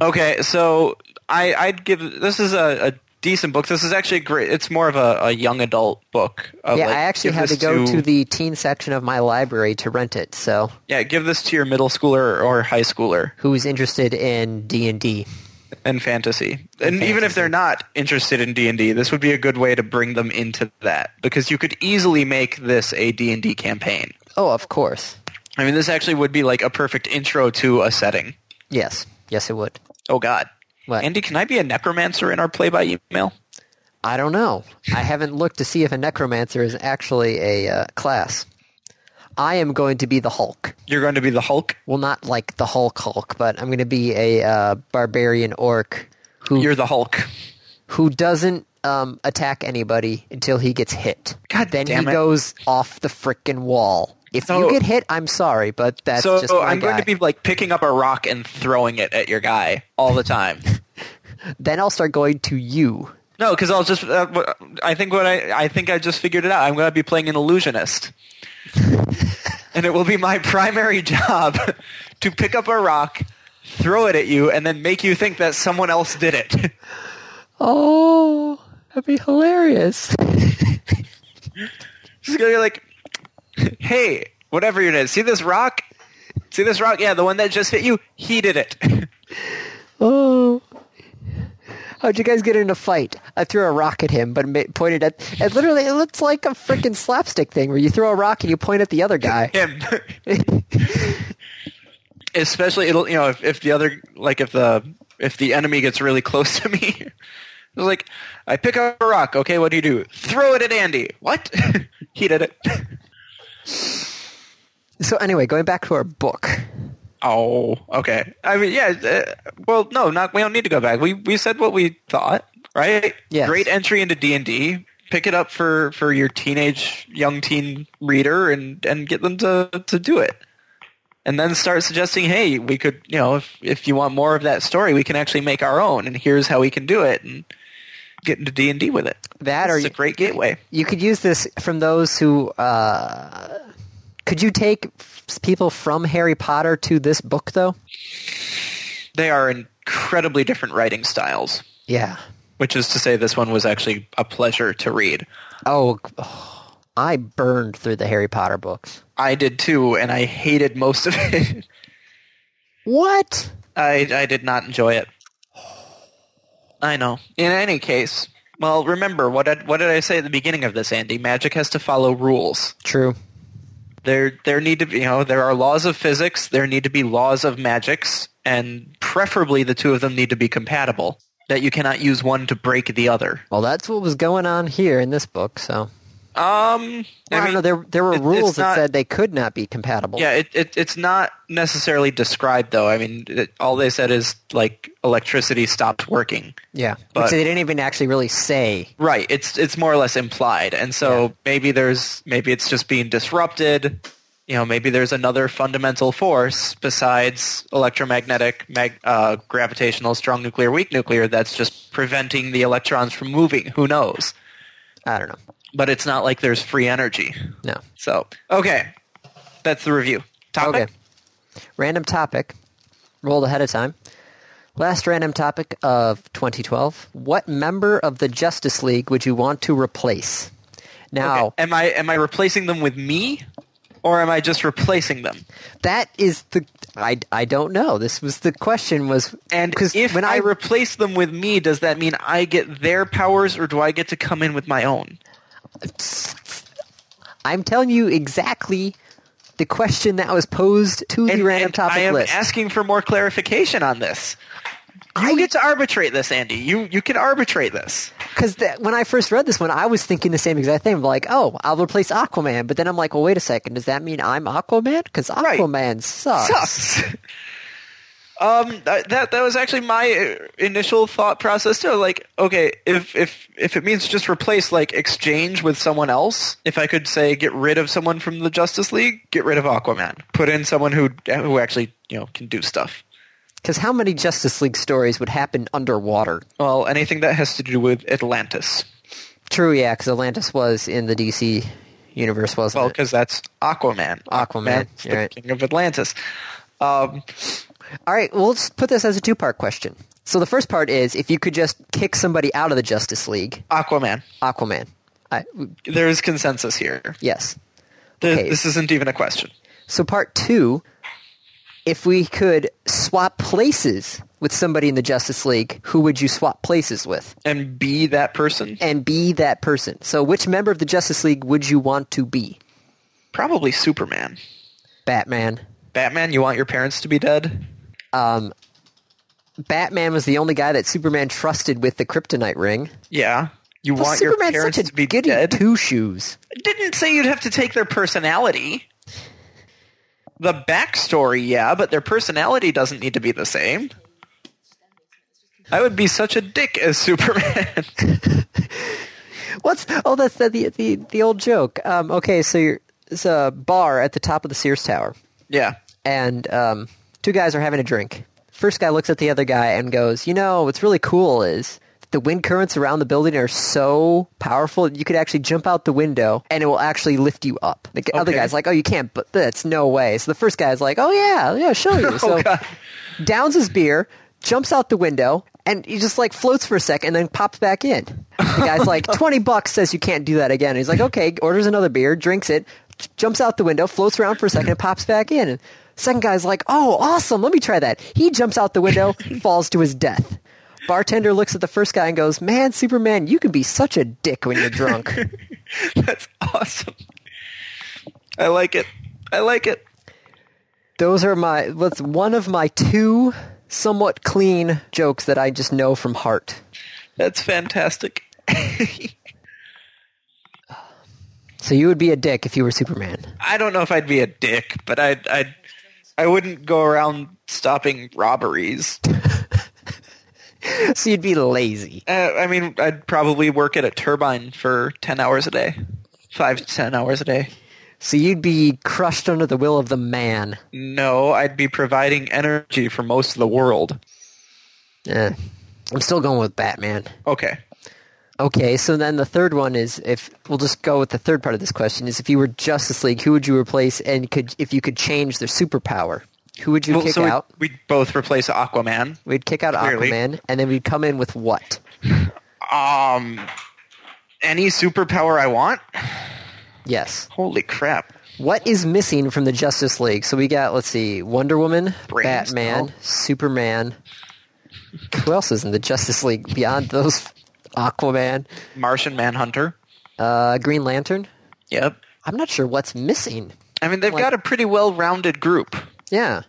Speaker 2: Okay, so I, I'd give this is a, a decent book. This is actually great. It's more of a, a young adult book. of,
Speaker 1: Yeah,
Speaker 2: like,
Speaker 1: I actually
Speaker 2: give
Speaker 1: had to
Speaker 2: this
Speaker 1: go to the teen section of my library to rent it. So,
Speaker 2: Yeah, give this to your middle schooler or high schooler
Speaker 1: who's interested in D and D?
Speaker 2: and fantasy. And even if they're not interested in D&D, this would be a good way to bring them into that because you could easily make this a D&D campaign.
Speaker 1: Oh, of course.
Speaker 2: I mean, this actually would be like a perfect intro to a setting.
Speaker 1: Yes, yes, it would.
Speaker 2: Oh god.
Speaker 1: What?
Speaker 2: Andy, can I be a necromancer in our play by email?
Speaker 1: I don't know. I haven't looked to see if a necromancer is actually a uh, class. I am going to be the Hulk.
Speaker 2: You're going to be the Hulk.
Speaker 1: Well, not like the Hulk Hulk, but I'm going to be a uh, barbarian orc who
Speaker 2: You're the Hulk.
Speaker 1: who doesn't um, attack anybody until he gets hit.
Speaker 2: God
Speaker 1: then
Speaker 2: damn
Speaker 1: he
Speaker 2: it.
Speaker 1: goes off the frickin' wall. If
Speaker 2: So-
Speaker 1: you get hit, I'm sorry, but that's
Speaker 2: so
Speaker 1: just my
Speaker 2: I'm going
Speaker 1: guy.
Speaker 2: to be like picking up a rock and throwing it at your guy all the time.
Speaker 1: Then I'll start going to you.
Speaker 2: No, because I'll just. Uh, wh- I think what I I think I just figured it out. I'm going to be playing an illusionist, and it will be my primary job <laughs> to pick up a rock, throw it at you, and then make you think that someone else did it. <laughs>
Speaker 1: Oh, that'd be hilarious.
Speaker 2: She's going to be like, "Hey, whatever your name, see this rock." See this rock? Yeah, the one that just hit you. He did it. <laughs>
Speaker 1: Oh. How'd you guys get in a fight? I threw a rock at him, but ma- pointed at. It literally, it looks like a freaking slapstick thing where you throw a rock and you point at the other
Speaker 2: <laughs>
Speaker 1: guy.
Speaker 2: Him. <laughs> Especially, it'll you know if, if the other like if the if the enemy gets really close to me, <laughs> it's like I pick up a rock. Okay, what do you do? Throw it at Andy. What? <laughs> he did it.
Speaker 1: So anyway, going back to our book.
Speaker 2: Oh, okay. I mean, yeah. Uh, well, no, not. We don't need to go back. We we said what we thought, right?
Speaker 1: Yes.
Speaker 2: Great entry into D and D. Pick it up for for your teenage young teen reader and and get them to to do it. And then start suggesting, hey, we could, you know, if if you want more of that story, we can actually make our own, and here's how we can do it, and get into D and D with it.
Speaker 1: That or
Speaker 2: it's a
Speaker 1: you-
Speaker 2: great gateway.
Speaker 1: you could use this from those who uh, could you take f- people from harry potter to this book though
Speaker 2: They are incredibly different writing styles.
Speaker 1: yeah
Speaker 2: which is to say this one was actually a pleasure to read.
Speaker 1: oh, oh, i burned through the harry potter books
Speaker 2: I did too, and I hated most of it. <laughs>
Speaker 1: what
Speaker 2: I, I did not enjoy it. I know. In any case, well, remember what did, what did I say at the beginning of this, Andy? Magic has to follow rules.
Speaker 1: true
Speaker 2: There there need to be you know there are laws of physics. There need to be laws of magics, and preferably the two of them need to be compatible. That you cannot use one to break the other.
Speaker 1: well that's what was going on here in this book so
Speaker 2: Um,
Speaker 1: i, don't
Speaker 2: mean-
Speaker 1: know there, there were
Speaker 2: it- it's
Speaker 1: rules that
Speaker 2: not-
Speaker 1: said they could not be compatible
Speaker 2: Yeah, it, it it's not necessarily described though. I mean, it, all they said is like electricity stopped working.
Speaker 1: yeah which
Speaker 2: But-
Speaker 1: they didn't even actually really say
Speaker 2: Right. It's it's more or less implied, and so
Speaker 1: Yeah.
Speaker 2: maybe there's maybe it's just being disrupted. You know, maybe there's another fundamental force besides electromagnetic, mag, uh, gravitational, strong nuclear, weak nuclear that's just preventing the electrons from moving. Who knows?
Speaker 1: i don't know
Speaker 2: But it's not like there's free energy.
Speaker 1: no
Speaker 2: So okay, that's the review. Topic.
Speaker 1: Okay. Random topic, rolled ahead of time. Last random topic of 2012. What member of the Justice League would you want to replace? Now,
Speaker 2: Am I am I replacing them with me, or am I just replacing them?
Speaker 1: that is the I, I don't know. This was the question was
Speaker 2: And
Speaker 1: 'cause
Speaker 2: if
Speaker 1: when
Speaker 2: I,
Speaker 1: I,
Speaker 2: replace them with me, does that mean I get their powers, or do I get to come in with my own?
Speaker 1: I'm telling you exactly the question that was posed to the
Speaker 2: And-
Speaker 1: random
Speaker 2: and
Speaker 1: topic
Speaker 2: I am
Speaker 1: list.
Speaker 2: asking for more clarification on this. You
Speaker 1: I-
Speaker 2: get to arbitrate this, Andy. You you can arbitrate this.
Speaker 1: Because when I first read this one, I was thinking the same exact thing. Like, oh, I'll replace Aquaman, but then I'm like, well, wait a second. Does that mean I'm Aquaman? Because
Speaker 2: Right.
Speaker 1: Aquaman sucks.
Speaker 2: Sucks. <laughs> Um, that that that was actually my uh, initial thought process too. Like, okay, if if if it means just replace like exchange with someone else, if I could say get rid of someone from the Justice League, get rid of Aquaman, put in someone who who actually you know can do stuff.
Speaker 1: Because how many Justice League stories would happen underwater?
Speaker 2: Well, anything that has to do with Atlantis.
Speaker 1: True, yeah, because Atlantis was in the DC universe, wasn't
Speaker 2: Well,
Speaker 1: it?
Speaker 2: because that's
Speaker 1: Aquaman,
Speaker 2: Aquaman. Aquaman's
Speaker 1: you're
Speaker 2: the
Speaker 1: right.
Speaker 2: king of Atlantis. Um,
Speaker 1: All right, well, let's put this as a two-part question. So the first part is if you could just kick somebody out of the Justice League,
Speaker 2: Aquaman.
Speaker 1: Aquaman. I,
Speaker 2: There is consensus here.
Speaker 1: yes.
Speaker 2: Th-
Speaker 1: Okay.
Speaker 2: This isn't even a question.
Speaker 1: So part two, if we could swap places with somebody in the Justice League, who would you swap places with
Speaker 2: And be that person.
Speaker 1: and be that person? So which member of the Justice League would you want to be?
Speaker 2: Probably Superman.
Speaker 1: Batman.
Speaker 2: Batman, you want your parents to be dead?
Speaker 1: Batman was the only guy that Superman trusted with the kryptonite ring.
Speaker 2: Yeah. You
Speaker 1: Well,
Speaker 2: want your
Speaker 1: Superman's
Speaker 2: parents
Speaker 1: such a
Speaker 2: to be
Speaker 1: goody
Speaker 2: dead?
Speaker 1: two shoes.
Speaker 2: I didn't say you'd have to take their personality. The backstory, yeah, but their personality doesn't need to be the same. I would be such a dick as Superman. <laughs>
Speaker 1: What's oh that's the the the, the old joke. Um, okay, so you're, it's a bar at the top of the Sears Tower.
Speaker 2: yeah.
Speaker 1: and um, two guys are having a drink. First guy looks at the other guy and goes, "You know, what's really cool is that the wind currents around the building are so powerful that you could actually jump out the window and it will actually lift you up." The g- other
Speaker 2: Okay.
Speaker 1: guy's like, "Oh, you can't, but that's no way." So the first guy's like, "Oh yeah, yeah, show you." So
Speaker 2: God.
Speaker 1: downs his beer, jumps out the window, and he just like floats for a sec and then pops back in. The guy's like, 20 bucks says you can't do that again. And he's like, okay, orders another beer, drinks it, j- jumps out the window, floats around for a second, and pops back in. And second guy's like, oh, awesome, let me try that. He jumps out the window, falls to his death. Bartender looks at the first guy and goes, man, Superman, you can be such a dick when you're drunk.
Speaker 2: <laughs> That's awesome. I like it. I like it.
Speaker 1: Those are my, that's one of my two somewhat clean jokes that I just know from heart.
Speaker 2: That's fantastic. <laughs>
Speaker 1: So you would be a dick if you were Superman. <laughs>
Speaker 2: I don't know if I'd be a dick, but I'd, I'd I wouldn't go around stopping robberies.
Speaker 1: so you'd be lazy.
Speaker 2: Uh, I mean, I'd probably work at a turbine for 10 hours a day. Five to 10 hours a day.
Speaker 1: So you'd be crushed under the will of the man.
Speaker 2: No, I'd be providing energy for most of the world.
Speaker 1: Eh. I'm still going with Batman.
Speaker 2: Okay.
Speaker 1: Okay, so then the third one is if we'll just go with the third part of this question is if you were Justice League, who would you replace and could if you could change their superpower? Who would you
Speaker 2: Well,
Speaker 1: kick
Speaker 2: so we'd-
Speaker 1: out?
Speaker 2: We'd, both replace Aquaman.
Speaker 1: We'd kick out
Speaker 2: Clearly.
Speaker 1: Aquaman and then we'd come in with what?
Speaker 2: Um, any superpower I want?
Speaker 1: Yes.
Speaker 2: Holy crap.
Speaker 1: What is missing from the Justice League? So we got let's see, Wonder Woman,
Speaker 2: Brains,
Speaker 1: Batman,
Speaker 2: no.
Speaker 1: Superman. Who else is in the Justice League beyond those Aquaman,
Speaker 2: Martian Manhunter.
Speaker 1: uh, Green Lantern?
Speaker 2: Yep.
Speaker 1: I'm not sure what's missing.
Speaker 2: I mean, they've got a pretty well-rounded group.
Speaker 1: Yeah.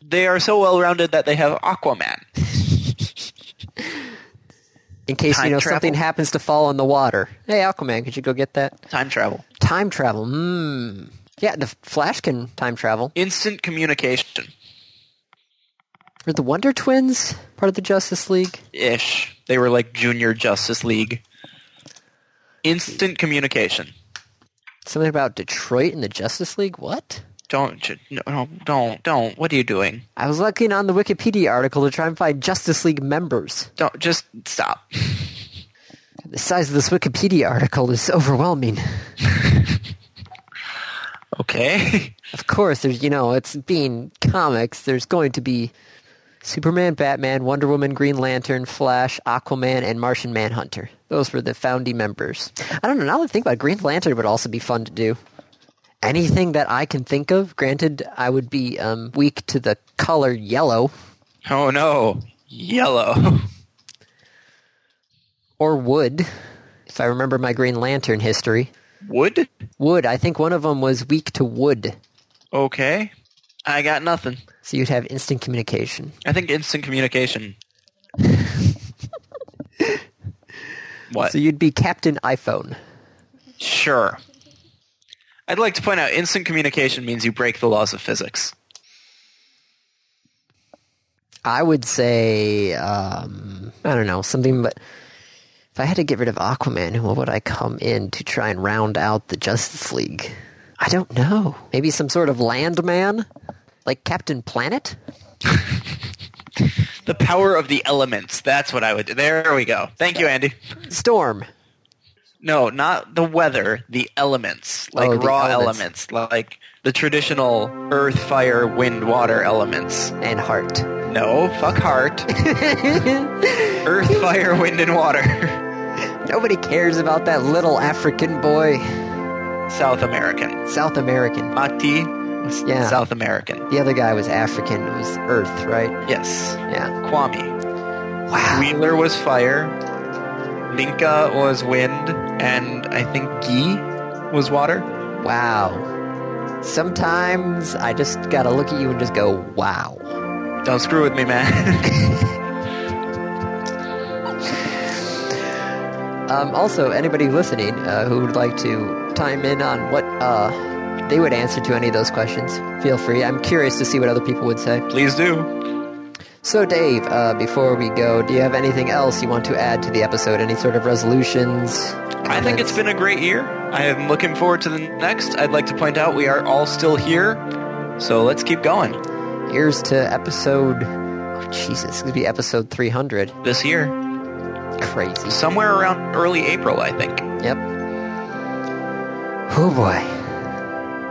Speaker 2: They are so well-rounded that they have Aquaman.
Speaker 1: In case
Speaker 2: Time
Speaker 1: you know
Speaker 2: travel?
Speaker 1: something happens to fall in the water. Hey, Aquaman, could you go get that?
Speaker 2: Time travel.
Speaker 1: Time travel. Hmm. Yeah, the Flash can time travel.
Speaker 2: Instant communication.
Speaker 1: Were the Wonder Twins part of the Justice League?
Speaker 2: Ish. They were like Junior Justice League. Instant communication.
Speaker 1: Something about Detroit and the Justice League? What?
Speaker 2: Don't, you- no, no, don't, don't. What are you doing?
Speaker 1: I was looking on the Wikipedia article to try and find Justice League members.
Speaker 2: Don't, just stop.
Speaker 1: The size of this Wikipedia article is overwhelming.
Speaker 2: Okay.
Speaker 1: Of course, there's, you know, it's being comics, there's going to be Superman, Batman, Wonder Woman, Green Lantern, Flash, Aquaman, and Martian Manhunter. Those were the founding members. I don't know, now that I think about it, Green Lantern would also be fun to do. Anything that I can think of, granted, I would be um, weak to the color yellow
Speaker 2: <laughs> Oh no. Yellow. <laughs>
Speaker 1: or wood, if I remember my Green Lantern history.
Speaker 2: Wood?
Speaker 1: Wood, I think one of them was weak to wood,
Speaker 2: Okay. I got nothing.
Speaker 1: so you'd have instant communication.
Speaker 2: I think instant
Speaker 1: <laughs>
Speaker 2: communication. what?
Speaker 1: So you'd be Captain iPhone.
Speaker 2: Sure. I'd like to point out instant communication means you break the laws of physics.
Speaker 1: I would say um, I don't know something, but if I had to get rid of Aquaman, what would I come in to try and round out the Justice League? I don't know. Maybe some sort of landman, like Captain Planet.
Speaker 2: The power of the elements. That's what I would do. There we go. Thank you, Andy.
Speaker 1: Storm.
Speaker 2: No, not the weather, the elements. Like
Speaker 1: Oh, the
Speaker 2: raw
Speaker 1: elements.
Speaker 2: elements. like the traditional earth, fire, wind, water elements.
Speaker 1: And heart.
Speaker 2: No,
Speaker 1: <laughs>
Speaker 2: fuck heart. earth, fire, wind, and water. <laughs>
Speaker 1: Nobody cares about that little African boy,
Speaker 2: South American.
Speaker 1: South American.
Speaker 2: Mati was
Speaker 1: Yeah.
Speaker 2: South American.
Speaker 1: The other guy was African. It was Earth, right?
Speaker 2: Yes.
Speaker 1: Yeah.
Speaker 2: Kwame.
Speaker 1: Wow.
Speaker 2: Wheeler was fire. Linka was wind. And I think Gi was water.
Speaker 1: Wow. Sometimes I just gotta look at you and just go, wow.
Speaker 2: Don't screw with me, man. <laughs>
Speaker 1: Um, also, anybody listening uh, who would like to chime in on what uh, they would answer to any of those questions, feel free. I'm curious to see what other people would say.
Speaker 2: Please do.
Speaker 1: So, Dave, uh, before we go, do you have anything else you want to add to the episode? Any sort of resolutions?
Speaker 2: I think it's been a great year. I am looking forward to the next. I'd like to point out we are all still here. So let's keep going
Speaker 1: Here's to episode. Oh, Jesus, it's going to be episode 300.
Speaker 2: this year.
Speaker 1: Crazy.
Speaker 2: Somewhere around early April, I think.
Speaker 1: Yep. Oh, boy.